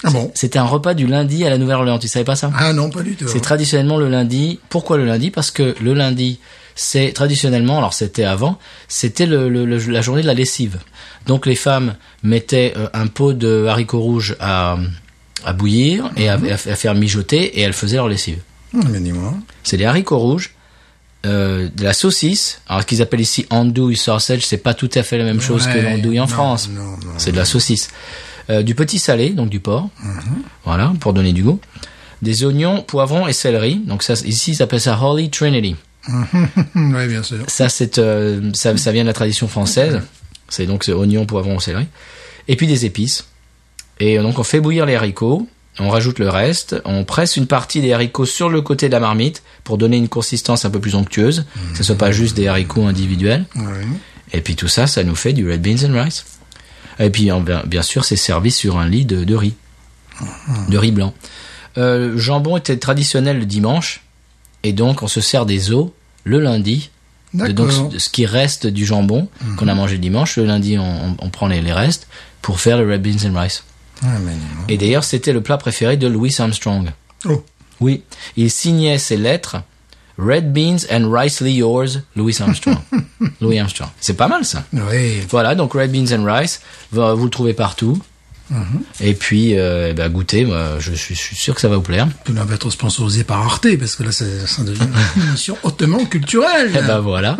Speaker 2: Ah bon
Speaker 1: C'était un repas du lundi à la Nouvelle-Orléans. Tu savais pas ça
Speaker 2: Ah non, pas du tout.
Speaker 1: C'est traditionnellement le lundi. Pourquoi le lundi Parce que le lundi, c'est traditionnellement, alors c'était avant, c'était le, le- le- la journée de la lessive. Donc les femmes mettaient euh, un pot de haricots rouges à à bouillir et à, à faire mijoter et elles faisaient leur lessive.
Speaker 2: Hum, mais dis-moi.
Speaker 1: C'est des haricots rouges, euh, de la saucisse. Alors ce qu'ils appellent ici andouille, sausage, c'est pas tout à fait la même chose que
Speaker 2: Ouais,
Speaker 1: l'andouille en
Speaker 2: non,
Speaker 1: France.
Speaker 2: non, non.
Speaker 1: c'est de la saucisse. Euh, du petit salé, donc du porc. Voilà, pour donner du goût. Des oignons, poivrons et céleri. Donc ça, ici, ils appellent ça Holy Trinity.
Speaker 2: Hum, ouais, bien sûr.
Speaker 1: Ça, c'est, euh, ça, ça vient de la tradition française. C'est donc ce oignon, poivron, céleri. Et puis des épices. Et euh, donc, on fait bouillir les haricots. On rajoute le reste. On presse une partie des haricots sur le côté de la marmite pour donner une consistance un peu plus onctueuse. Que ce soit pas juste des haricots individuels.
Speaker 2: Ouais.
Speaker 1: Et puis tout ça, ça nous fait du red beans and rice. Et puis en- bien, bien sûr, c'est servi sur un lit de, de riz, de riz blanc. Euh, jambon était traditionnel le dimanche, et donc on se sert des os le lundi. De- Donc
Speaker 2: D'accord.
Speaker 1: ce- ce qui reste du jambon qu'on a mangé le dimanche, le lundi on, on- on prend les, les restes pour faire le red beans and rice.
Speaker 2: Ouais, Ah, mais dis-moi.
Speaker 1: Et d'ailleurs, c'était le plat préféré de Louis Armstrong.
Speaker 2: Oh.
Speaker 1: Oui, il signait ses lettres Red beans and rice yours, Louis Armstrong. Louis Armstrong. C'est pas mal ça.
Speaker 2: Ouais.
Speaker 1: Voilà, donc Red Beans and Rice, va- vous le trouvez partout.
Speaker 2: Mhm.
Speaker 1: Et puis, euh, eh ben, goûtez, moi, je, suis, je suis sûr que ça va vous plaire.
Speaker 2: Tout l'un va être sponsorisé par Arte, parce que là, ça, ça devient une émission hautement culturelle.
Speaker 1: Eh ben voilà.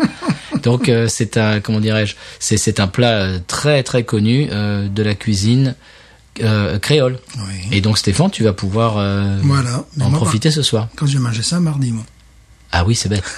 Speaker 1: Donc euh, c'est un, comment dirais-je, c'est, c'est un plat euh, très très connu euh, de la cuisine euh, créole.
Speaker 2: Oui.
Speaker 1: Et donc Stéphane, tu vas pouvoir euh,
Speaker 2: Voilà. Mais
Speaker 1: en
Speaker 2: moi,
Speaker 1: profiter ce soir.
Speaker 2: Quand j'ai mangé ça mardi, moi.
Speaker 1: Ah oui, c'est bête.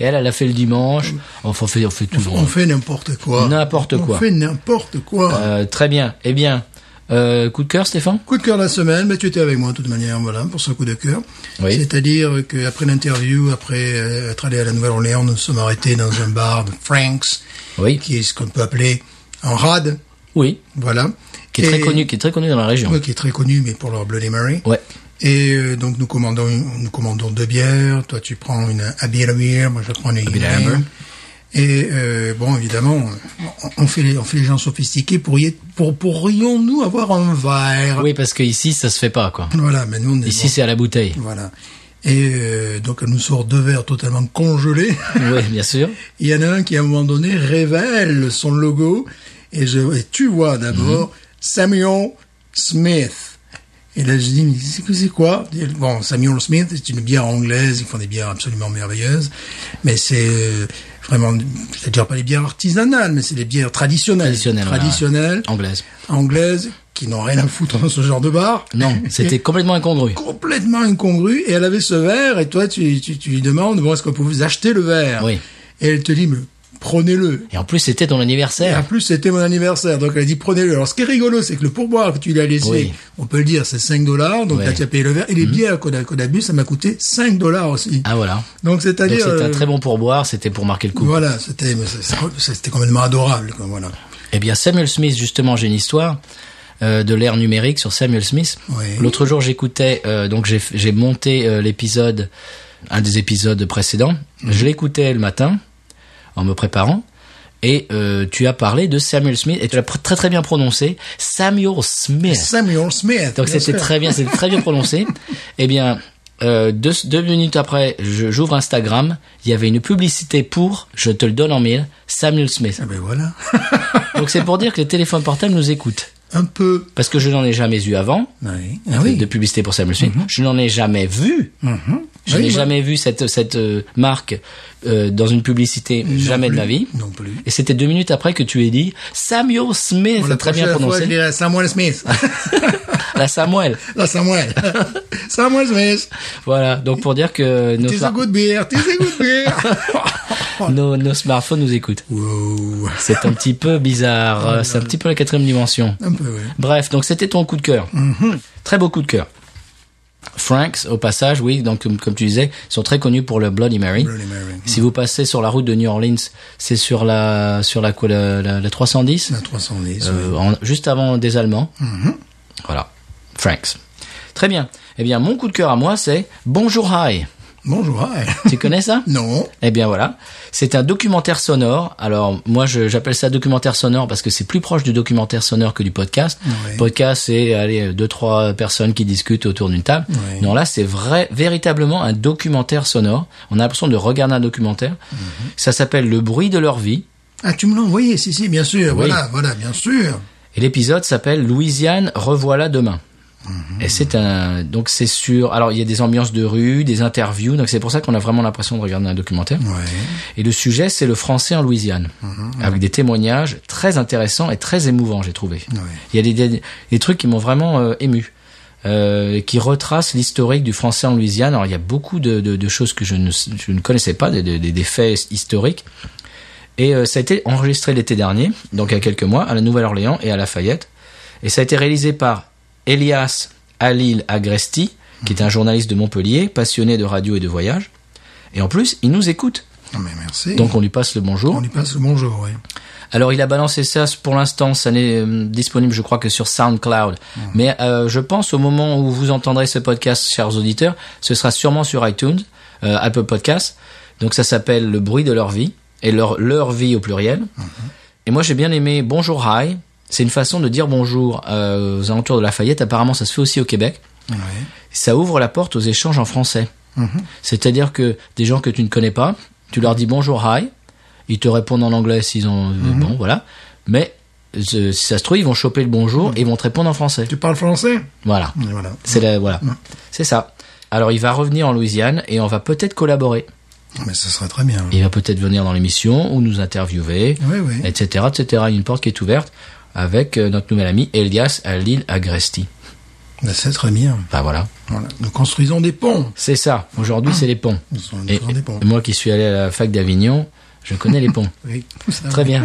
Speaker 1: Et elle, elle a fait le dimanche. Enfin, on fait, on fait tout.
Speaker 2: On fait n'importe quoi.
Speaker 1: N'importe quoi.
Speaker 2: On fait n'importe quoi.
Speaker 1: Euh, très bien. Eh bien, euh, coup de cœur, Stéphane.
Speaker 2: Coup de cœur de la semaine, mais tu étais avec moi de toute manière, voilà, pour ce coup de cœur.
Speaker 1: Oui.
Speaker 2: C'est-à-dire qu'après l'interview, après euh, être allé à la Nouvelle-Orléans, nous nous sommes arrêtés dans un bar de Franks,
Speaker 1: Oui.
Speaker 2: qui est ce qu'on peut appeler un rad,
Speaker 1: Oui.
Speaker 2: voilà.
Speaker 1: Qui est
Speaker 2: Et-
Speaker 1: très connu, qui est très connu dans la région.
Speaker 2: Ouais, qui est très connu, mais pour leur Bloody Mary.
Speaker 1: Ouais.
Speaker 2: Et euh, donc nous commandons, une- nous commandons deux bières. Toi tu prends une à bière, bière, moi je prends une
Speaker 1: bière.
Speaker 2: bière. Et euh, bon évidemment, on, on fait les, on fait les gens sophistiqués pour y être, pour pourrions-nous avoir un verre
Speaker 1: Oui, parce que ici, ça se fait pas, quoi.
Speaker 2: Voilà, mais nous on est
Speaker 1: Ici, c'est à la bouteille.
Speaker 2: bon. voilà. Et euh, donc elle nous sort deux verres totalement congelés.
Speaker 1: Oui, bien sûr.
Speaker 2: Il y en a un qui à un moment donné révèle son logo et je et tu vois
Speaker 1: Mhm.
Speaker 2: d'abord Samuel Smith. Et là je dis mais c'est que- c'est quoi Et Bon Samuel Smith c'est une bière anglaise, ils font des bières absolument merveilleuses, mais c'est euh, vraiment je veux dire pas les bières artisanales, mais c'est les bières traditionnelles,
Speaker 1: Traditionnelles, voilà,
Speaker 2: traditionnelles
Speaker 1: Anglaise.
Speaker 2: anglaises qui n'ont rien à foutre dans ce genre de bar.
Speaker 1: Non, c'était complètement incongru.
Speaker 2: complètement incongru et elle avait ce verre et toi tu, tu, tu lui demandes bon est-ce qu'on peut vous acheter le verre
Speaker 1: Oui.
Speaker 2: et elle te dit mais prenez-le
Speaker 1: Et en plus, c'était ton
Speaker 2: et en
Speaker 1: anniversaire.
Speaker 2: plus c'était mon anniversaire donc elle a dit prenez-le alors ce qui est rigolo c'est que le pourboire que tu lui as laissé
Speaker 1: Oui.
Speaker 2: on peut le dire c'est 5 dollars donc
Speaker 1: Ouais. Mhm.
Speaker 2: là, tu as payé le verre et les bières qu'on a, qu'on a bu ça m'a coûté 5 dollars aussi
Speaker 1: Ah, voilà.
Speaker 2: donc
Speaker 1: Donc,
Speaker 2: c'est-à-dire
Speaker 1: c'était un
Speaker 2: euh,
Speaker 1: très bon pourboire. C'était pour marquer le coup.
Speaker 2: voilà c'était mais c'est- c'est- c'était complètement adorable quoi, voilà
Speaker 1: Eh bien, Samuel Smith, justement, j'ai une histoire euh, de l'ère numérique sur Samuel Smith.
Speaker 2: Oui.
Speaker 1: L'autre jour, j'écoutais, euh, donc j'ai- j'ai monté euh, l'épisode, un des épisodes précédents.
Speaker 2: Mhm.
Speaker 1: Je l'écoutais le matin en me préparant. Et euh, tu as parlé de Samuel Smith et tu l'as pr- très très bien prononcé, Samuel Smith.
Speaker 2: Samuel Smith
Speaker 1: Donc
Speaker 2: bien
Speaker 1: c'était
Speaker 2: sûr.
Speaker 1: très bien, c'était très bien prononcé. Eh bien, euh, deux, deux minutes après, je- j'ouvre Instagram, il y avait une publicité pour, je te le donne en mille, Samuel Smith.
Speaker 2: ah ben voilà
Speaker 1: Donc c'est pour dire que les téléphones portables nous écoutent.
Speaker 2: un peu
Speaker 1: Parce que je n'en ai jamais eu avant,
Speaker 2: oui. Ah oui.
Speaker 1: de publicité pour Samuel Smith.
Speaker 2: Mhm.
Speaker 1: Je n'en ai jamais vu. Je
Speaker 2: Oui,
Speaker 1: n'ai
Speaker 2: moi-
Speaker 1: jamais vu cette, cette euh, marque euh, dans une publicité, jamais
Speaker 2: plus.
Speaker 1: de ma vie.
Speaker 2: non plus
Speaker 1: Et c'était deux minutes après que tu aies dit Samuel Smith,
Speaker 2: Pour la
Speaker 1: très bien
Speaker 2: prochaine fois,
Speaker 1: prononcé,
Speaker 2: je
Speaker 1: Ah.
Speaker 2: dirais Samuel Smith
Speaker 1: la Samuel.
Speaker 2: Là, Samuel. Samuel Smith.
Speaker 1: Voilà, donc pour dire que nos,
Speaker 2: Tis a
Speaker 1: smart-
Speaker 2: good beer. Tis a good beer.
Speaker 1: nos, nos smartphones nous écoutent.
Speaker 2: wow.
Speaker 1: C'est un petit peu
Speaker 2: Oh
Speaker 1: bizarre. euh, C'est un petit peu la quatrième dimension.
Speaker 2: Un peu, ouais.
Speaker 1: Bref, donc c'était ton coup de cœur.
Speaker 2: Mhm.
Speaker 1: Très beau coup de cœur. Franks, au passage, oui, donc comme, comme tu disais, sont très connus pour le Bloody Mary.
Speaker 2: Bloody Mary.
Speaker 1: Si vous passez sur la route de New Orleans, c'est sur la sur la quoi, la, la- la 310,
Speaker 2: La 310.
Speaker 1: euh, en- juste avant des Allemands. Voilà, Franks. Très bien. Eh bien, mon coup de cœur à moi, c'est Bonjour High.
Speaker 2: Bonjour. hi.
Speaker 1: Tu connais ça
Speaker 2: Non.
Speaker 1: Eh bien voilà, c'est un documentaire sonore. Alors moi je- j'appelle ça documentaire sonore parce que c'est plus proche du documentaire sonore que du podcast.
Speaker 2: Ouais.
Speaker 1: Podcast c'est allez deux trois personnes qui discutent autour d'une table.
Speaker 2: Ouais.
Speaker 1: Non là c'est vrai véritablement un documentaire sonore. On a l'impression de regarder un documentaire. Ça s'appelle Le bruit de leur vie.
Speaker 2: Ah, tu me l'as envoyé, si, si, bien sûr.
Speaker 1: Oui.
Speaker 2: Voilà, voilà, bien sûr.
Speaker 1: Et l'épisode s'appelle Louisiane, revoilà demain. Et c'est un donc c'est sur alors il y a des ambiances de rue, des interviews donc c'est pour ça qu'on a vraiment l'impression de regarder un documentaire. Et le sujet c'est le français en Louisiane avec des témoignages très intéressants et très émouvants j'ai trouvé. Il y a des, des, des trucs qui m'ont vraiment euh, ému. euh, qui retrace l'historique du français en Louisiane. Alors il y a beaucoup de, de- de choses que je ne, je ne connaissais pas, des, des- des faits historiques. Et euh, ça a été enregistré l'été dernier, donc il y a quelques mois, à la Nouvelle-Orléans et à Lafayette. Et ça a été réalisé par Elias Alil Agresti, qui est un journaliste de Montpellier, passionné de radio et de voyage. Et en plus, il nous écoute.
Speaker 2: Non, mais merci.
Speaker 1: Donc on lui passe le bonjour.
Speaker 2: on y passe le bonjour, oui.
Speaker 1: Alors il a balancé ça pour l'instant, ça n'est euh, disponible je crois que sur SoundCloud. Mais euh, je pense au moment où vous entendrez ce podcast, chers auditeurs, ce sera sûrement sur iTunes, euh, Apple Podcast. Donc ça s'appelle Le bruit de leur vie et leur leur vie au pluriel. Et moi j'ai bien aimé Bonjour Hi. C'est une façon de dire bonjour euh, aux alentours de Lafayette. Apparemment ça se fait aussi au Québec
Speaker 2: Oui.
Speaker 1: ça ouvre la porte aux échanges en français.
Speaker 2: Mhm.
Speaker 1: C'est-à-dire que des gens que tu ne connais pas, tu leur dis bonjour, hi, ils te répondent en anglais s'ils ont... Bon, voilà. Mais euh, si ça se trouve, ils vont choper le bonjour et ils vont te répondre en français.
Speaker 2: Tu parles français
Speaker 1: Voilà.
Speaker 2: Et Voilà.
Speaker 1: C'est la- voilà. C'est ça. Alors il va revenir en Louisiane et on va peut-être collaborer.
Speaker 2: Ah, Mais ce serait très bien.
Speaker 1: Il va peut-être venir dans l'émission ou nous interviewer,
Speaker 2: Oui, oui.
Speaker 1: etc., etc. Il y a Une porte qui est ouverte avec euh, notre nouvel ami Elias Alil Agresti.
Speaker 2: Mais Ben, c'est très bien.
Speaker 1: Enfin voilà.
Speaker 2: Voilà. Nous construisons des ponts.
Speaker 1: C'est ça. Aujourd'hui, c'est les ponts.
Speaker 2: Nous sommes- nous
Speaker 1: Et,
Speaker 2: sommes des ponts.
Speaker 1: et moi qui suis allé à la fac d'Avignon, je connais les ponts.
Speaker 2: Oui, tout ça.
Speaker 1: Très bien.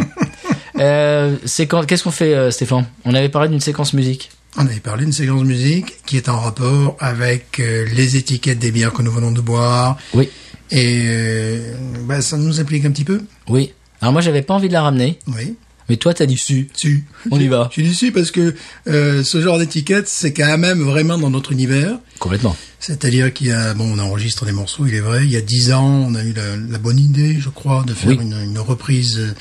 Speaker 1: Euh, séquence- Qu'est-ce qu'on fait, euh, Stéphane On avait parlé d'une séquence musique.
Speaker 2: On avait parlé d'une séquence musique qui est en rapport avec euh, les étiquettes des bières que nous venons de boire.
Speaker 1: Oui.
Speaker 2: Et euh, bah, ça nous implique un petit peu.
Speaker 1: Oui. Alors moi, j'avais pas envie de la ramener,
Speaker 2: Oui.
Speaker 1: mais toi, t'as dit su.
Speaker 2: Si.
Speaker 1: On y va.
Speaker 2: Je dis si parce que euh, ce genre d'étiquette, c'est quand même vraiment dans notre univers.
Speaker 1: Complètement.
Speaker 2: C'est-à-dire qu'il y a, bon, on enregistre des morceaux, il est vrai. Il y a dix ans, on a eu la, la bonne idée, je crois, de faire
Speaker 1: Oui.
Speaker 2: une, une reprise euh,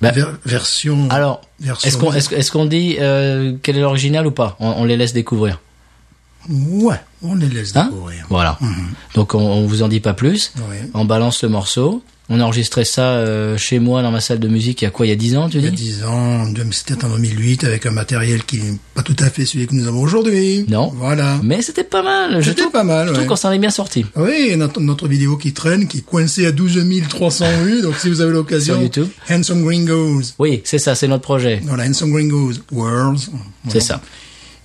Speaker 1: Bah,
Speaker 2: ver- version.
Speaker 1: Alors,
Speaker 2: version-
Speaker 1: est-ce qu'on est dit euh, quel est l'original ou pas on, on les laisse découvrir.
Speaker 2: Ouais, on les laisse
Speaker 1: Hein
Speaker 2: découvrir.
Speaker 1: Voilà. Donc, on, on vous en dit pas plus.
Speaker 2: Oui.
Speaker 1: On balance le morceau. On a enregistré ça euh, chez moi dans ma salle de musique il y a quoi Il y a 10 ans, tu
Speaker 2: Il y a
Speaker 1: dis
Speaker 2: 10 ans, James c'était en 2008 avec un matériel qui n'est pas tout à fait celui que nous avons aujourd'hui.
Speaker 1: Non.
Speaker 2: Voilà.
Speaker 1: Mais c'était pas mal. Je
Speaker 2: C'était
Speaker 1: trouve-
Speaker 2: pas mal,
Speaker 1: Je trouve
Speaker 2: ouais.
Speaker 1: qu'on s'en est bien sorti.
Speaker 2: Ah Oui, et notre, notre vidéo qui traîne, qui est coincée à 12 300 vues, donc si vous avez l'occasion.
Speaker 1: Sur YouTube.
Speaker 2: Handsome Gringos.
Speaker 1: Oui, c'est ça, c'est notre projet.
Speaker 2: Voilà, Handsome Gringos Worlds.
Speaker 1: C'est
Speaker 2: Voilà.
Speaker 1: ça.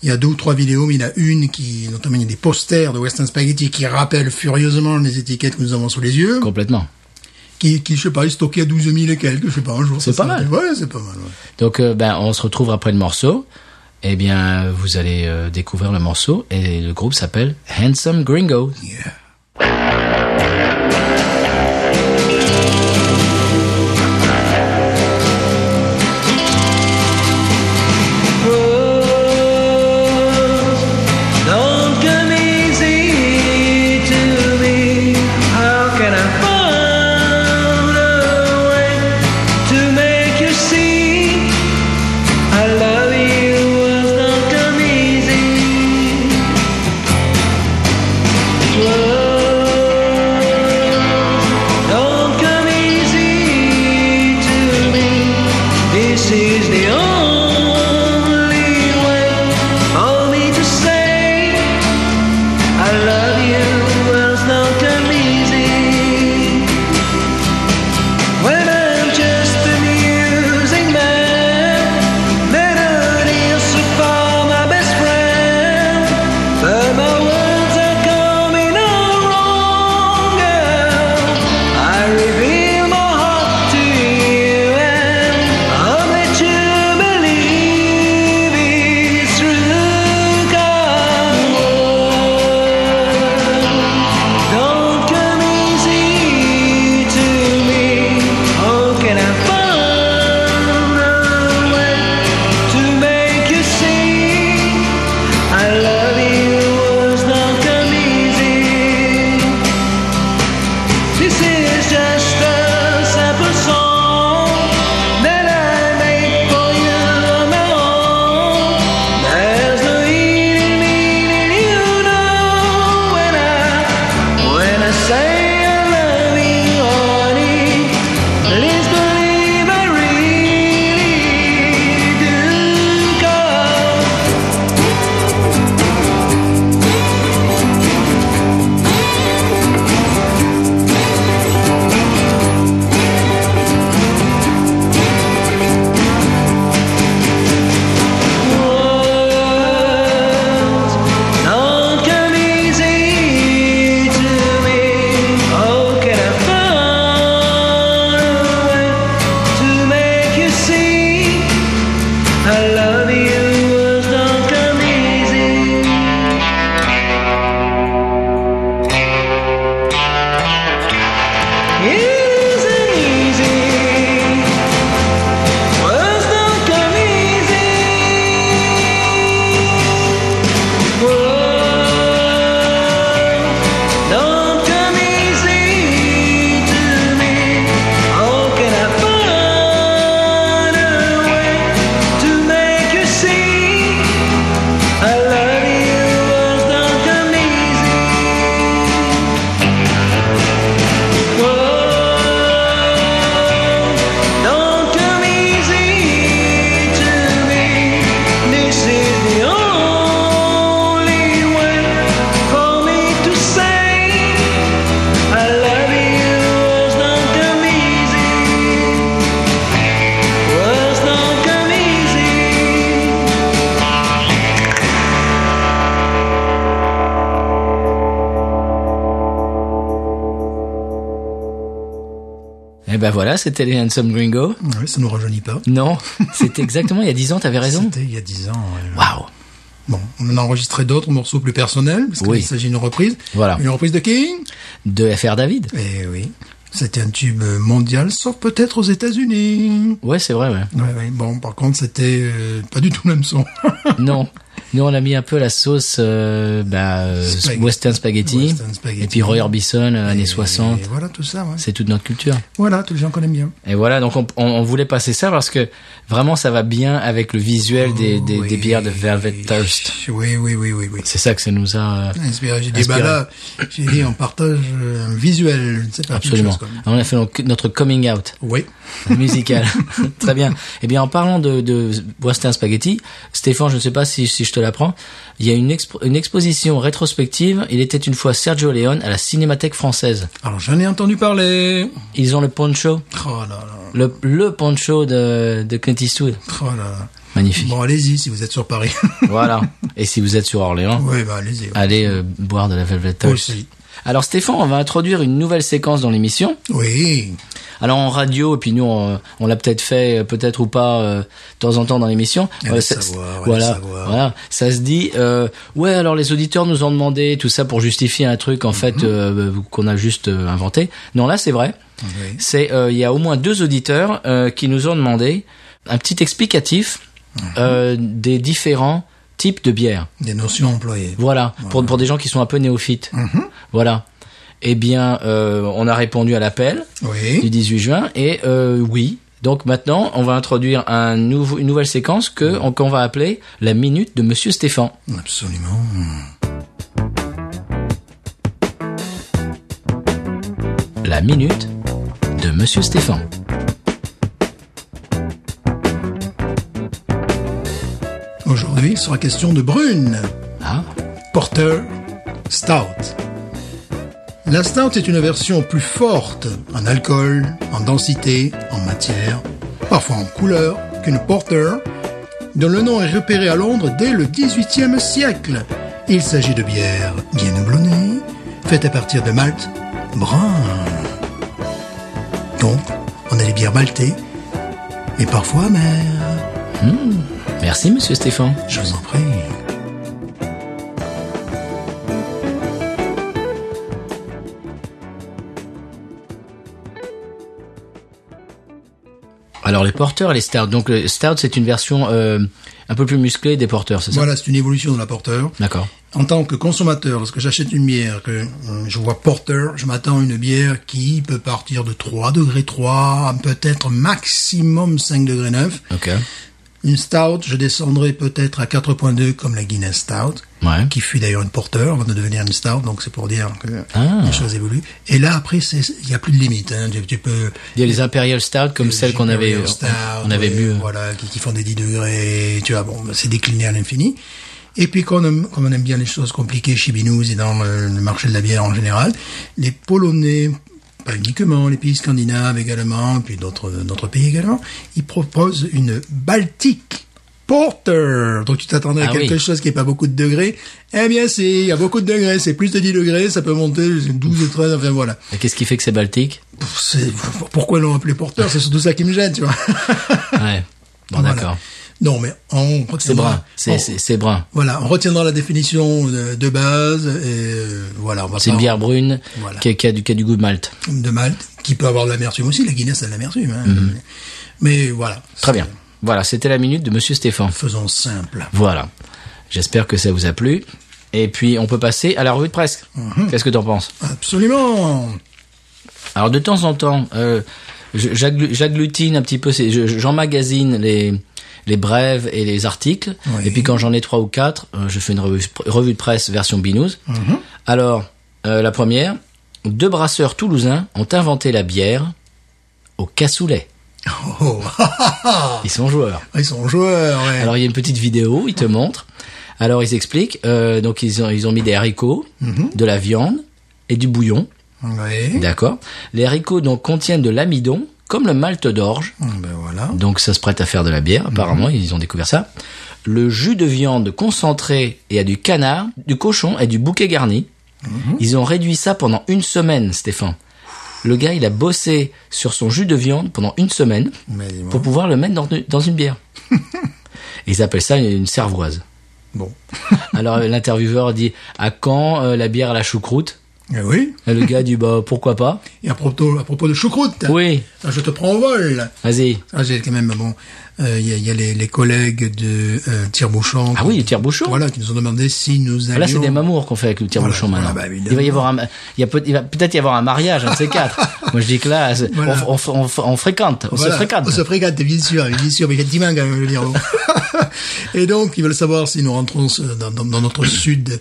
Speaker 2: Il y a deux ou trois vidéos, mais il y en a une qui, notamment, il y a des posters de Western Spaghetti qui rappellent furieusement les étiquettes que nous avons sous les yeux,
Speaker 1: Complètement.
Speaker 2: qui, qui, je sais pas, est stocké à 12 000 et quelques, je sais pas, un jour.
Speaker 1: C'est
Speaker 2: ça
Speaker 1: pas
Speaker 2: sera-
Speaker 1: mal.
Speaker 2: Ouais, c'est pas mal, ouais.
Speaker 1: Donc, euh, ben, on se retrouve après le morceau. Eh bien, vous allez euh, découvrir le morceau et le groupe s'appelle Handsome Gringo.
Speaker 2: Yeah.
Speaker 6: Don't come easy to me. How can I find a way to make you see I love you? Was not come easy. Whoa. Don't come easy to me. This is the only way for me to say. I love you was not come easy. When I'm just an using man, melody is so far my best friend. But my words are coming out wrong. I reveal my heart to you and I'll let you believe it's true. God. Oh,
Speaker 1: Et ben voilà, c'était les Handsome Gringo.
Speaker 2: Ouais, ça nous rajeunit pas.
Speaker 1: Non, c'était exactement il y a 10 ans, t'avais raison.
Speaker 2: C'était il y a 10 ans. ouais.
Speaker 1: Waouh.
Speaker 2: Bon, on en a enregistré d'autres morceaux plus personnels, parce qu'il
Speaker 1: Oui. Ah.
Speaker 2: s'agit d'une reprise.
Speaker 1: Voilà.
Speaker 2: Une reprise de King
Speaker 1: De FR David.
Speaker 2: Eh oui. C'était un tube mondial, sauf peut-être aux États-Unis.
Speaker 1: Ouais, c'est vrai, ouais.
Speaker 2: Ouais, ouais. Bon, par contre, c'était euh, pas du tout le même son.
Speaker 1: Non. Nous, on a mis un peu la sauce euh, bah, euh,
Speaker 2: Spag-
Speaker 1: western, spaghetti,
Speaker 2: Western spaghetti.
Speaker 1: et puis Roy Orbison, euh, années
Speaker 2: Et
Speaker 1: 60.
Speaker 2: voilà tout ça, ouais.
Speaker 1: C'est toute notre culture.
Speaker 2: Voilà, tous les gens qu'on aime bien.
Speaker 1: Et voilà, donc on, on- on voulait passer ça parce que vraiment, ça va bien avec le visuel des, des, des bières de Velvet Thirst.
Speaker 2: Oui, oui, oui, oui, oui.
Speaker 1: C'est ça que ça nous a... euh,
Speaker 2: Inspiré. J'ai dit,
Speaker 1: Inspiré.
Speaker 2: bah là, j'ai dit, on partage euh, un visuel. C'est pas
Speaker 1: absolument. On a fait donc notre coming out.
Speaker 2: Oui.
Speaker 1: musical. Très bien. Eh bien, en parlant de, de Western Spaghetti, Stéphane, je ne sais pas si, si je te l'apprends, il y a une, expo- une exposition rétrospective. Il était une fois Sergio Leone à la Cinémathèque française.
Speaker 2: Alors, j'en ai entendu parler.
Speaker 1: Ils ont le poncho,
Speaker 2: Oh là là.
Speaker 1: le, le poncho de, de Clint Eastwood.
Speaker 2: Oh là là.
Speaker 1: Magnifique.
Speaker 2: Bon, allez-y si vous êtes sur Paris.
Speaker 1: Voilà. Et si vous êtes sur Orléans,
Speaker 2: oui, bah allez-y.
Speaker 1: allez euh, boire de la Velvet Touch.
Speaker 2: Aussi.
Speaker 1: Alors Stéphane, on va introduire une nouvelle séquence dans l'émission.
Speaker 2: Oui.
Speaker 1: Alors en radio, et puis nous, on, on l'a peut-être fait, euh, peut-être ou pas, euh, de temps en temps dans l'émission.
Speaker 2: Allez
Speaker 1: ça-
Speaker 2: savoir, allez
Speaker 1: voilà,
Speaker 2: savoir.
Speaker 1: voilà, ça se dit. euh, ouais, alors les auditeurs nous ont demandé tout ça pour justifier un truc en fait euh, qu'on a juste euh, inventé. Non, là c'est vrai.
Speaker 2: Oui.
Speaker 1: C'est euh, il y a au moins deux auditeurs euh, qui nous ont demandé un petit explicatif euh, des différents types de bières.
Speaker 2: Des notions employées.
Speaker 1: Voilà, Pour, pour des gens qui sont un peu néophytes. Voilà. Eh bien, euh, on a répondu à l'appel du
Speaker 2: Oui.
Speaker 1: 18 juin. Et euh, oui. Donc maintenant, on va introduire un nouveau, une nouvelle séquence que on- qu'on va appeler la minute de Monsieur Stéphane.
Speaker 2: Absolument.
Speaker 1: La minute de Monsieur Stéphane.
Speaker 2: Aujourd'hui, il sera question de brune.
Speaker 1: Ah,
Speaker 2: Porter Stout. La stout est une version plus forte en alcool, en densité, en matière, parfois en couleur qu'une porter, dont le nom est repéré à Londres dès le XVIIIe siècle. Il s'agit de bières bien houblonnées, faites à partir de malt brun. Donc, on a les bières maltées et parfois amères.
Speaker 1: merci Monsieur Stéphane.
Speaker 2: Je vous en prie.
Speaker 1: Alors les porteurs, et les stouts. Donc le stout, c'est une version euh, un peu plus musclée des porteurs, c'est ça
Speaker 2: Voilà, c'est une évolution de la porter.
Speaker 1: D'accord.
Speaker 2: En tant que consommateur, lorsque j'achète une bière, que euh, je vois porter, je m'attends à une bière qui peut partir de 3 degrés 3, peut-être maximum 5 degrés 9.
Speaker 1: Ok.
Speaker 2: Une stout, je descendrai peut-être à 4.2 comme la Guinness Stout,
Speaker 1: Ouais.
Speaker 2: qui fut d'ailleurs une porter avant de devenir une stout, donc c'est pour dire que
Speaker 1: Ah.
Speaker 2: les choses évoluent. Et là, après, c'est- il n'y a plus de limite. Hein. Tu, tu peux...
Speaker 1: Il y a les imperial stout comme celles qu'on avait,
Speaker 2: Imperial
Speaker 1: on-
Speaker 2: Stout,
Speaker 1: on avait
Speaker 2: ouais,
Speaker 1: bu. euh,
Speaker 2: Voilà, qui, qui font des 10 degrés, tu vois, bon, bah, c'est décliné à l'infini. Et puis, comme on, aime, comme on aime bien les choses compliquées chez Binous et dans euh, le, le marché de la bière en général, les Polonais, pas uniquement, les pays scandinaves également, puis d'autres euh, d'autres pays également, ils proposent une Baltique Porter. Donc, tu t'attendais à
Speaker 1: Ah
Speaker 2: quelque
Speaker 1: oui.
Speaker 2: chose qui n'est pas beaucoup de degrés. Eh bien, si, il y a beaucoup de degrés, c'est plus de 10 degrés, ça peut monter jusqu'à 12 ou 13, enfin voilà.
Speaker 1: Et Qu'est-ce qui fait que c'est baltique
Speaker 2: Pff, c'est- Pourquoi l'ont appelé Porter C'est surtout ça qui me gêne, tu vois.
Speaker 1: Ouais. Bon,
Speaker 2: Voilà.
Speaker 1: d'accord.
Speaker 2: Non, mais on
Speaker 1: C'est brun.
Speaker 2: retiendra.
Speaker 1: C'est-
Speaker 2: on-
Speaker 1: C'est c'est brun.
Speaker 2: Voilà, on retiendra la définition de, de base. Et euh, voilà, on va
Speaker 1: C'est une
Speaker 2: pas-
Speaker 1: bière brune
Speaker 2: Voilà.
Speaker 1: qui, a, qui a du, qui a du goût de malt.
Speaker 2: de Malte qui peut avoir de l'amertume aussi. La Guinness a de l'amertume. hein. Mais voilà.
Speaker 1: Mhm. Très bien. Voilà, c'était la minute de Monsieur Stéphane.
Speaker 2: Faisons simple.
Speaker 1: Voilà. J'espère que ça vous a plu. Et puis, on peut passer à la revue de presse.
Speaker 2: Mhm.
Speaker 1: Qu'est-ce que t'en penses
Speaker 2: Absolument.
Speaker 1: Alors, de temps en temps, euh, je- j'agglu- j'agglutine un petit peu, ces- je- je- j'emmagasine les, les brèves et les articles.
Speaker 2: Oui.
Speaker 1: Et puis, quand j'en ai trois ou quatre, euh, je fais une revue, revue de presse version binous.
Speaker 2: Mhm.
Speaker 1: Alors, euh, la première, deux brasseurs toulousains ont inventé la bière au cassoulet.
Speaker 2: Oh,
Speaker 1: Ils sont joueurs.
Speaker 2: ils sont joueurs. Ouais.
Speaker 1: Alors il y a une petite vidéo, ils te montrent. Alors ils expliquent. euh, donc ils ont, ils ont mis des haricots, de la viande et du bouillon.
Speaker 2: Oui.
Speaker 1: D'accord. Les haricots donc contiennent de l'amidon, comme le malt d'orge.
Speaker 2: Ben voilà.
Speaker 1: Donc ça se prête à faire de la bière. Apparemment ils ont découvert ça. Le jus de viande concentré et à du canard, du cochon et du bouquet garni. Ils ont réduit ça pendant une semaine, Stéphane. Le gars, il a bossé sur son jus de viande pendant une semaine
Speaker 2: Mais dis-moi.
Speaker 1: pour pouvoir le mettre dans, dans une bière. Ils appellent ça une servoise.
Speaker 2: Bon.
Speaker 1: Alors euh, l'intervieweur dit à quand euh, la bière à la choucroute
Speaker 2: Eh oui.
Speaker 1: Et Le gars dit bah pourquoi pas
Speaker 2: Et à propos, à propos de choucroute,
Speaker 1: Oui,
Speaker 2: ah, je te prends au vol.
Speaker 1: vas-y.
Speaker 2: Ah, j'ai quand même, bon, euh, il y a, il y a les, les collègues de euh, Tire-Bouchon.
Speaker 1: Ah
Speaker 2: qui-
Speaker 1: oui, le tire-bouchon.
Speaker 2: Voilà, qui nous ont demandé si nous allions.
Speaker 1: Là, c'est des mamours qu'on fait avec le tire-bouchon
Speaker 2: Voilà,
Speaker 1: maintenant.
Speaker 2: voilà, bah,
Speaker 1: il va y avoir un, il, y a peut, il va peut-être y avoir un mariage, un de ces quatre. Moi, je dis que là, c'est-
Speaker 2: Voilà.
Speaker 1: on, on- on- on fréquente, on
Speaker 2: Voilà,
Speaker 1: se fréquente.
Speaker 2: On se fréquente, bien sûr, bien sûr, mais il y a 10 mains quand même, le dire. Et donc, ils veulent savoir si nous rentrons euh, dans, dans- dans notre sud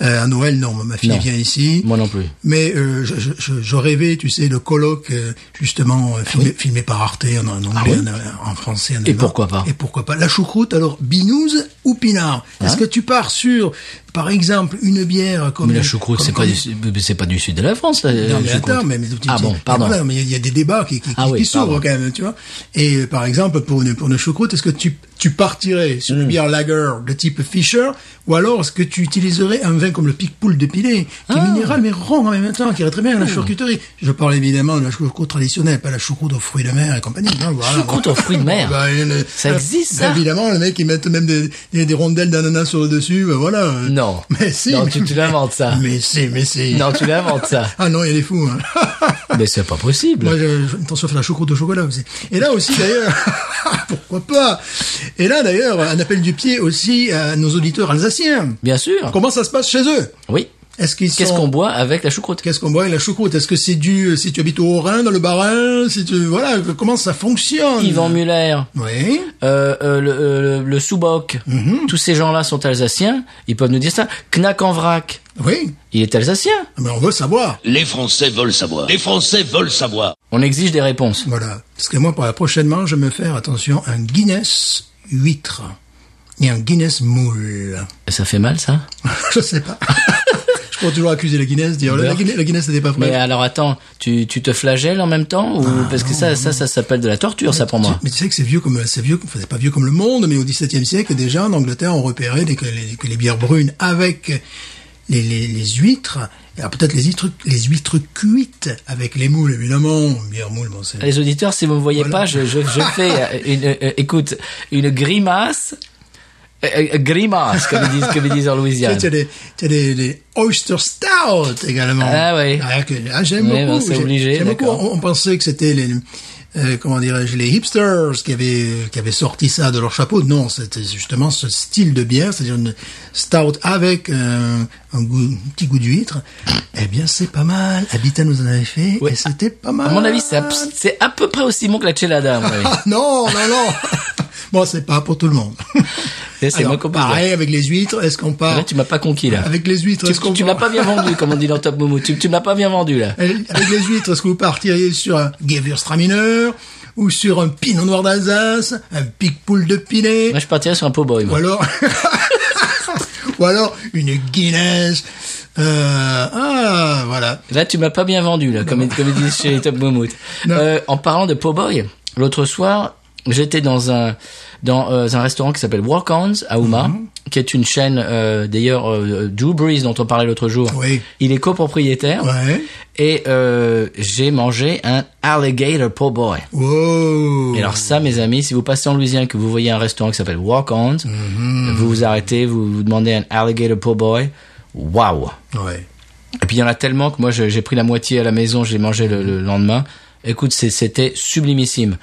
Speaker 2: euh, à Noël. Non, ma fille
Speaker 1: Non.
Speaker 2: vient ici.
Speaker 1: Moi non plus.
Speaker 2: Mais euh, je, je- je- je rêvais, tu sais, le colloque euh, justement euh, filmé, filmé par Arte en, en anglais, en, en français. En
Speaker 1: Ah Et
Speaker 2: allemand.
Speaker 1: pourquoi pas
Speaker 2: Et pourquoi pas La choucroute, alors binouze ou pinard Est-ce que tu pars sur, par exemple, une bière comme
Speaker 1: Hein Mais la choucroute,
Speaker 2: comme-
Speaker 1: c'est pas
Speaker 2: comme-
Speaker 1: du, c'est pas du sud de la France. la- la
Speaker 2: non, mais
Speaker 1: choucroute.
Speaker 2: Euh, attends, mais, mais tu-
Speaker 1: ah
Speaker 2: tu-
Speaker 1: bon,
Speaker 2: mais
Speaker 1: pardon.
Speaker 2: voilà, mais il y, a des débats qui, qui, qui-
Speaker 1: Ah oui,
Speaker 2: qui
Speaker 1: pardon.
Speaker 2: s'ouvrent quand même, tu vois. Et euh, par exemple, pour une, pour une choucroute, est-ce que tu, tu partirais sur une
Speaker 1: Mm.
Speaker 2: bière lager de type Fischer ou alors est-ce que tu utiliserais un vin comme le Picpoul de Pilet, qui
Speaker 1: Ah.
Speaker 2: est minéral mais rond en même temps, qui irait très bien à la
Speaker 1: Mm.
Speaker 2: charcuterie Je parle évidemment de la choucroute traditionnelle, pas la choucroute aux fruits de mer et compagnie. hein, voilà.
Speaker 1: Choucroute aux fruits de mer.
Speaker 2: Bah, et le-
Speaker 1: Ça existe, ça
Speaker 2: Évidemment, le mec, ils mettent même des, des, des rondelles d'ananas sur le dessus, bah, voilà.
Speaker 1: Non.
Speaker 2: Mais si.
Speaker 1: Non, tu- tu l'inventes, ça.
Speaker 2: Mais si, mais si.
Speaker 1: Non, tu l'inventes, ça.
Speaker 2: Ah non, il y a des fous. Hein.
Speaker 1: Mais c'est pas
Speaker 2: Moi, euh,
Speaker 1: possible.
Speaker 2: je, je me tente à faire la choucroute au chocolat aussi. Et là aussi, d'ailleurs, pourquoi pas Et là, d'ailleurs, un appel du pied aussi à nos auditeurs alsaciens.
Speaker 1: Bien sûr.
Speaker 2: Comment ça se passe chez eux
Speaker 1: Oui.
Speaker 2: Est-ce qu'ils sont...
Speaker 1: Qu'est-ce qu'on boit avec la choucroute
Speaker 2: Qu'est-ce qu'on boit avec la choucroute Est-ce que c'est du... Si tu habites au Haut-Rhin, dans le Bas-Rhin, si tu... Voilà, comment ça fonctionne
Speaker 1: Yvan Muller,
Speaker 2: Oui.
Speaker 1: euh, euh, le, euh, le, le Soubok, tous ces gens-là sont alsaciens, ils peuvent nous dire ça. Knack en vrac,
Speaker 2: Oui.
Speaker 1: il est alsacien.
Speaker 2: Ah, Mais on veut savoir.
Speaker 7: Les Français veulent savoir. Les Français veulent savoir.
Speaker 1: On exige des réponses.
Speaker 2: Voilà. Parce que moi, pour la prochainement, je vais me faire, attention, un Guinness huître. Et un Guinness moule.
Speaker 1: Ça fait mal, ça
Speaker 2: Je sais pas. je pourrais toujours accuser la Guinness, dire la
Speaker 1: Beurk.
Speaker 2: Guinness, la Guinness n'était pas
Speaker 1: Mais
Speaker 2: prête.
Speaker 1: alors attends, tu, tu te flagelles en même temps ou
Speaker 2: Ah
Speaker 1: Parce que ça, ça, ça s'appelle de la torture, ça pour
Speaker 2: Tu-
Speaker 1: moi.
Speaker 2: mais tu sais que c'est vieux comme c'est vieux, enfin c'est pas vieux comme le monde, mais au XVIIe siècle déjà en Angleterre on repérait des- que les, que les bières brunes avec les, les, les huîtres, alors peut-être les huîtres les huîtres cuites avec les moules évidemment, bière moule bon c'est.
Speaker 1: Les auditeurs, si vous ne me voyez
Speaker 2: Voilà.
Speaker 1: pas, je, je, je fais, euh, une, euh, écoute, une grimace, euh, euh, grimace, comme ils disent, comme ils disent en
Speaker 2: Tu sais,
Speaker 1: Louisiane.
Speaker 2: tu as des, tu as des, des oyster stout également.
Speaker 1: Ah oui.
Speaker 2: Ah, que- ah, j'aime
Speaker 1: Oui,
Speaker 2: beaucoup.
Speaker 1: ben, c'est
Speaker 2: j'ai-
Speaker 1: obligé,
Speaker 2: j'aime beaucoup.
Speaker 1: d'accord.
Speaker 2: On, on pensait que c'était les, euh, comment dirais-je, les hipsters qui avaient, qui avaient sorti ça de leur chapeau. Non, c'était justement ce style de bière, c'est-à-dire une stout avec euh, un, goût, un petit goût d'huître. Eh bien, c'est pas mal. Habitat nous en avait fait
Speaker 1: Ouais.
Speaker 2: et c'était pas
Speaker 1: À
Speaker 2: mal.
Speaker 1: mon avis, c'est à, c'est à peu près aussi bon que la chelada, à mon avis.
Speaker 2: Ah, non, non, non. bon, c'est pas pour tout le monde.
Speaker 1: Et c'est
Speaker 2: Alors,
Speaker 1: moins compliqué.
Speaker 2: pareil avec les huîtres, est-ce qu'on part
Speaker 1: Là, tu m'as pas conquis, là.
Speaker 2: avec les huîtres
Speaker 1: Tu,
Speaker 2: est-ce qu'on
Speaker 1: tu
Speaker 2: part-
Speaker 1: m'as pas bien vendu, comme on dit dans Top Momo. Tu, tu m'as pas bien vendu, là.
Speaker 2: Avec les huîtres, est-ce que vous partiriez sur un Gewürztraminer ou sur un Pinot Noir d'Alsace, un Picpoul de Pinet,
Speaker 1: Moi, je partirais sur un po' boy,
Speaker 2: ou
Speaker 1: moi.
Speaker 2: alors, ou alors une Guinness. Euh, ah, voilà.
Speaker 1: Là, tu m'as pas bien vendu, là, comme, comme ils disent chez les Top Moumout.
Speaker 2: Non.
Speaker 1: Euh, en parlant de po' boy, l'autre soir, j'étais dans un dans euh, un restaurant qui s'appelle Walk-Ons à Houma,
Speaker 2: Mhm.
Speaker 1: qui est une chaîne, euh, d'ailleurs, euh, Drew Brees, dont on parlait l'autre jour.
Speaker 2: Oui.
Speaker 1: Il est copropriétaire.
Speaker 2: Ouais.
Speaker 1: Et euh, j'ai mangé un alligator po' boy.
Speaker 2: Wow.
Speaker 1: Et alors ça, mes amis, si vous passez en Louisiane que vous voyez un restaurant qui s'appelle Walk On,
Speaker 2: Mhm.
Speaker 1: vous vous arrêtez, vous vous demandez un alligator po' boy. Waouh
Speaker 2: Ouais.
Speaker 1: Et puis il y en a tellement que moi je- j'ai pris la moitié à la maison, j'ai mangé le, le lendemain. Écoute, c'est- c'était sublimissime.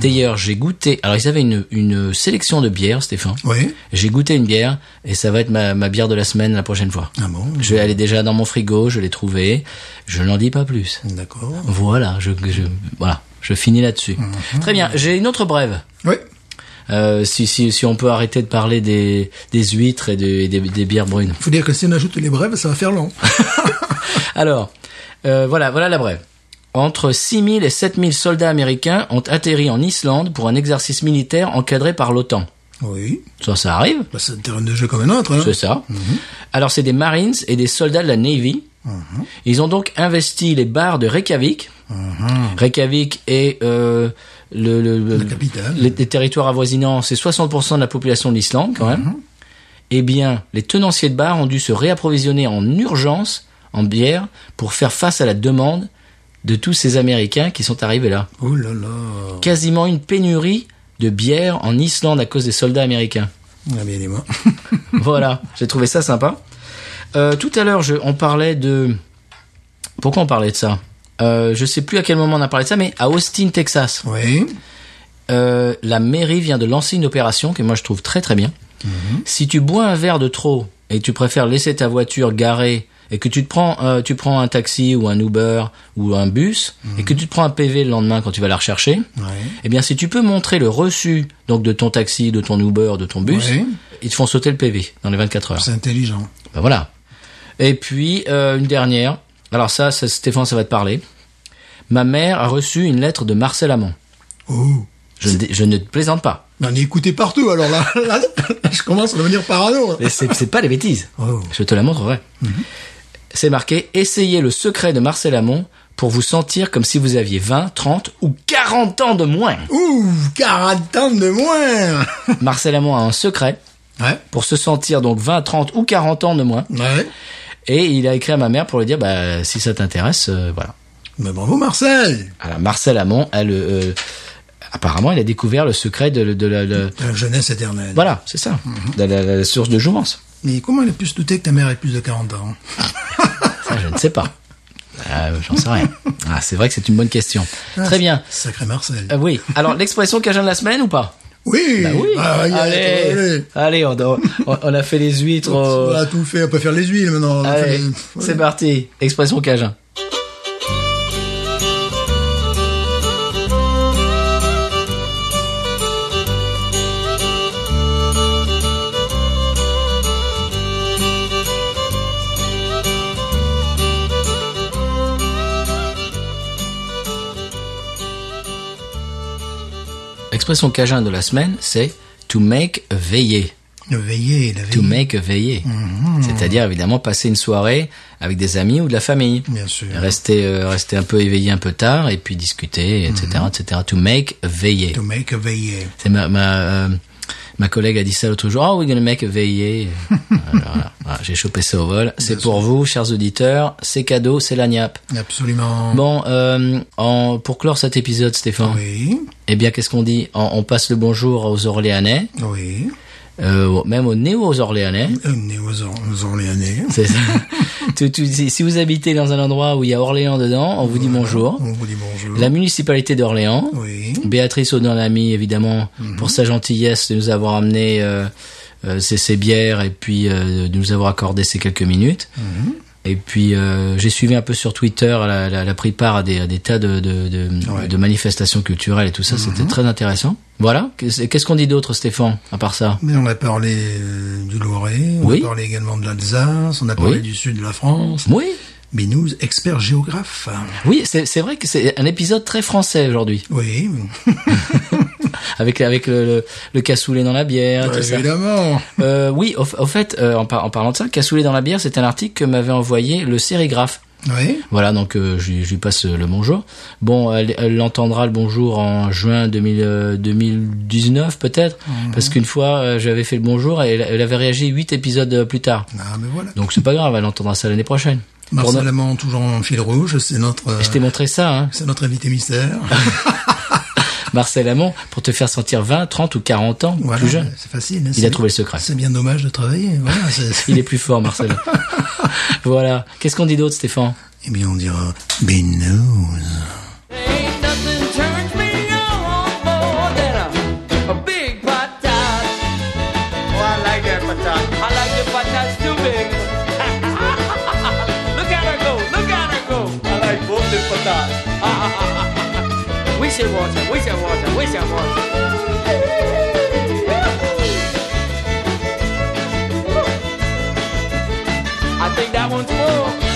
Speaker 1: D'ailleurs, j'ai goûté. Alors ils avaient une, une sélection de bières, Stéphane.
Speaker 2: Oui.
Speaker 1: J'ai goûté une bière et ça va être ma, ma bière de la semaine la prochaine fois.
Speaker 2: Ah bon
Speaker 1: Je vais aller déjà dans mon frigo, je l'ai trouvée. Je n'en dis pas plus.
Speaker 2: D'accord.
Speaker 1: Voilà, je, je voilà, je finis là-dessus. Très bien. J'ai une autre brève.
Speaker 2: Oui.
Speaker 1: Euh, si, si, si on peut arrêter de parler des, des huîtres et, de- et des, des bières brunes.
Speaker 2: Faut dire que si on ajoute les brèves, ça va faire long.
Speaker 1: Alors, euh, voilà, voilà la brève. Entre 6000 et 7000 soldats américains ont atterri en Islande pour un exercice militaire encadré par l'OTAN.
Speaker 2: oui.
Speaker 1: Ça, ça arrive,
Speaker 2: Bah, c'est un terrain de jeu comme un autre. Hein.
Speaker 1: c'est ça. Alors, c'est des Marines et des soldats de la Navy. Ils ont donc investi les bars de Reykjavik.
Speaker 2: Uh-huh.
Speaker 1: Reykjavik est euh, le, le- le-
Speaker 2: La capitale.
Speaker 1: les, les territoires avoisinants, c'est 60% de la population de l'Islande quand
Speaker 2: Mm-hmm.
Speaker 1: même. Eh bien, les tenanciers de bars ont dû se réapprovisionner en urgence en bière pour faire face à la demande de tous ces Américains qui sont arrivés là.
Speaker 2: Oh là là.
Speaker 1: Quasiment une pénurie de bière en Islande à cause des soldats américains.
Speaker 2: Ah, mais il est mort.
Speaker 1: voilà, j'ai trouvé ça sympa. Euh, tout à l'heure, je- on parlait de... Pourquoi on parlait de ça euh, Je sais plus à quel moment on a parlé de ça, mais à Austin, Texas.
Speaker 2: Oui.
Speaker 1: Euh, la mairie vient de lancer une opération que moi je trouve très très bien.
Speaker 2: Mhm.
Speaker 1: Si tu bois un verre de trop et tu préfères laisser ta voiture garée et que tu te prends euh, tu prends un taxi ou un Uber ou un bus et que tu te prends un PV le lendemain quand tu vas la rechercher,
Speaker 2: Mhm. Ouais.
Speaker 1: eh bien si tu peux montrer le reçu donc de ton taxi, de ton Uber, de ton bus,
Speaker 2: Ouais.
Speaker 1: ils te font sauter le PV dans les 24 heures.
Speaker 2: C'est intelligent.
Speaker 1: Ben voilà. Et puis, euh, une dernière. Alors ça, ça, Stéphane, ça va te parler. Ma mère a reçu une lettre de Marcel Amand.
Speaker 2: Oh.
Speaker 1: Je, ne- je ne te plaisante pas.
Speaker 2: Mais On est écouté partout, alors là, là, je commence à devenir parano.
Speaker 1: Mais c'est c'est pas des bêtises.
Speaker 2: Oh.
Speaker 1: Je te la montrerai. C'est marqué « Essayez le secret de Marcel Amont pour vous sentir comme si vous aviez 20, 30 ou 40 ans de moins.
Speaker 2: Ouh, 40 ans de moins. »
Speaker 1: Marcel Amont a un secret
Speaker 2: Ouais.
Speaker 1: pour se sentir donc 20, 30 ou 40 ans de moins.
Speaker 2: Ouais.
Speaker 1: Et il a écrit à ma mère pour lui dire « Bah, si ça t'intéresse, euh, voilà.
Speaker 2: Mais bravo, Marcel. »
Speaker 1: Alors, Marcel Amont, elle, euh, apparemment, il a découvert le secret de, de la... de-
Speaker 2: La jeunesse éternelle.
Speaker 1: voilà, c'est ça. De la, la source de jouvence.
Speaker 2: Mais comment elle a pu se douter que ta mère ait plus de 40 ans hein?
Speaker 1: Ça, je ne sais pas. Euh, J'en sais rien. Ah, c'est vrai que c'est une bonne question. Très bien.
Speaker 2: Sacré Marcel.
Speaker 1: Euh, oui. Alors, l'expression cajun de la semaine ou pas
Speaker 2: oui.
Speaker 1: Bah oui.
Speaker 2: Ah, regarde,
Speaker 1: allez,
Speaker 2: allez.
Speaker 1: allez, on, on- on a fait les huîtres.
Speaker 2: On
Speaker 1: euh,
Speaker 2: a tout fait, on peut faire les huiles maintenant. On a fait
Speaker 1: Allez,
Speaker 2: les-
Speaker 1: c'est parti. Expression cajun. Expression cajun de la semaine, c'est to make a veillée.
Speaker 2: Le veiller, la
Speaker 1: To
Speaker 2: veiller.
Speaker 1: make a veillée. C'est-à-dire, évidemment, passer une soirée avec des amis ou de la famille.
Speaker 2: Bien sûr.
Speaker 1: Rester, euh, rester un peu éveillé un peu tard et puis discuter, etc., etc. To make a veillée.
Speaker 2: To make a veiller.
Speaker 1: C'est ma, ma, euh, ma collègue a dit ça l'autre jour. Oh, we're gonna make a veillée. Alors, voilà. Voilà, J'ai chopé ça au vol. C'est pour vous, chers auditeurs. C'est cadeau, c'est la niappe.
Speaker 2: Absolument.
Speaker 1: Bon, euh, en, pour clore cet épisode, Stéphane,
Speaker 2: Mhm. Oui.
Speaker 1: eh bien, qu'est-ce qu'on dit on, on passe le bonjour aux Orléanais,
Speaker 2: Oui.
Speaker 1: euh, même aux néo-Orléanais.
Speaker 2: Euh, Néo-Zor- aux Orléanais.
Speaker 1: C'est ça. Tout- tout- si si vous habitez dans un endroit où il y a Orléans dedans, on vous dit bonjour.
Speaker 2: On vous dit bonjour.
Speaker 1: La municipalité d'Orléans,
Speaker 2: Oui.
Speaker 1: Béatrice Audin-Lamy, évidemment, pour sa gentillesse de nous avoir amené euh, euh, ses, ses bières et puis euh, de nous avoir accordé ces quelques minutes. Et puis euh, j'ai suivi un peu sur Twitter, elle a, elle a- elle a pris part à des, à des tas de, de, de,
Speaker 2: Ouais.
Speaker 1: de manifestations culturelles et tout ça, c'était très intéressant. Voilà, Qu'est- qu'est-ce qu'on dit d'autre Stéphane, à part ça
Speaker 2: Mais on a parlé euh, du Loiret, on
Speaker 1: Oui.
Speaker 2: a parlé également de l'Alsace, on a parlé
Speaker 1: Oui.
Speaker 2: du sud de la France.
Speaker 1: Oui,
Speaker 2: Mais nous, experts géographes.
Speaker 1: oui c'est c'est vrai que c'est un épisode très français aujourd'hui.
Speaker 2: Oui,
Speaker 1: avec avec le, le, le cassoulet dans la bière. tout ça.
Speaker 2: évidemment.
Speaker 1: Euh, oui, au, au fait, euh, en, par- en parlant de ça, cassoulet dans la bière, c'est un article que m'avait envoyé le sérigraphe.
Speaker 2: Oui,
Speaker 1: Voilà, donc euh, je, lui- je lui passe euh, le bonjour. Bon, elle, elle entendra le bonjour en juin 2000, euh, 2019 peut-être, parce qu'une fois euh, j'avais fait le bonjour et elle, elle avait réagi huit épisodes euh, plus tard.
Speaker 2: ah, mais voilà.
Speaker 1: Donc c'est pas grave, elle entendra ça l'année prochaine. Pour
Speaker 2: Marcel
Speaker 1: no-
Speaker 2: Amand, toujours en fil rouge, c'est notre, euh,
Speaker 1: Je t'ai montré ça, hein,
Speaker 2: c'est notre invité mystère.
Speaker 1: Ah, Marcel Amont, pour te faire sentir 20, 30 ou 40 ans
Speaker 2: Voilà,
Speaker 1: plus jeune.
Speaker 2: c'est facile. hein,
Speaker 1: Il
Speaker 2: c'est-
Speaker 1: a trouvé le secret.
Speaker 2: C'est bien dommage de travailler. Voilà, c'est-
Speaker 1: Il est plus fort, Marcel. voilà. Qu'est-ce qu'on dit d'autre, Stéphane
Speaker 2: Eh bien, on dira Binouze.
Speaker 3: Ain't nothing turns me on more than a, a big patat. Oh, I like that patat. I like the patats too big. look at her go, look at her go. I like both the patats. we should watch her, we should watch her, we should watch her. I think that one's full.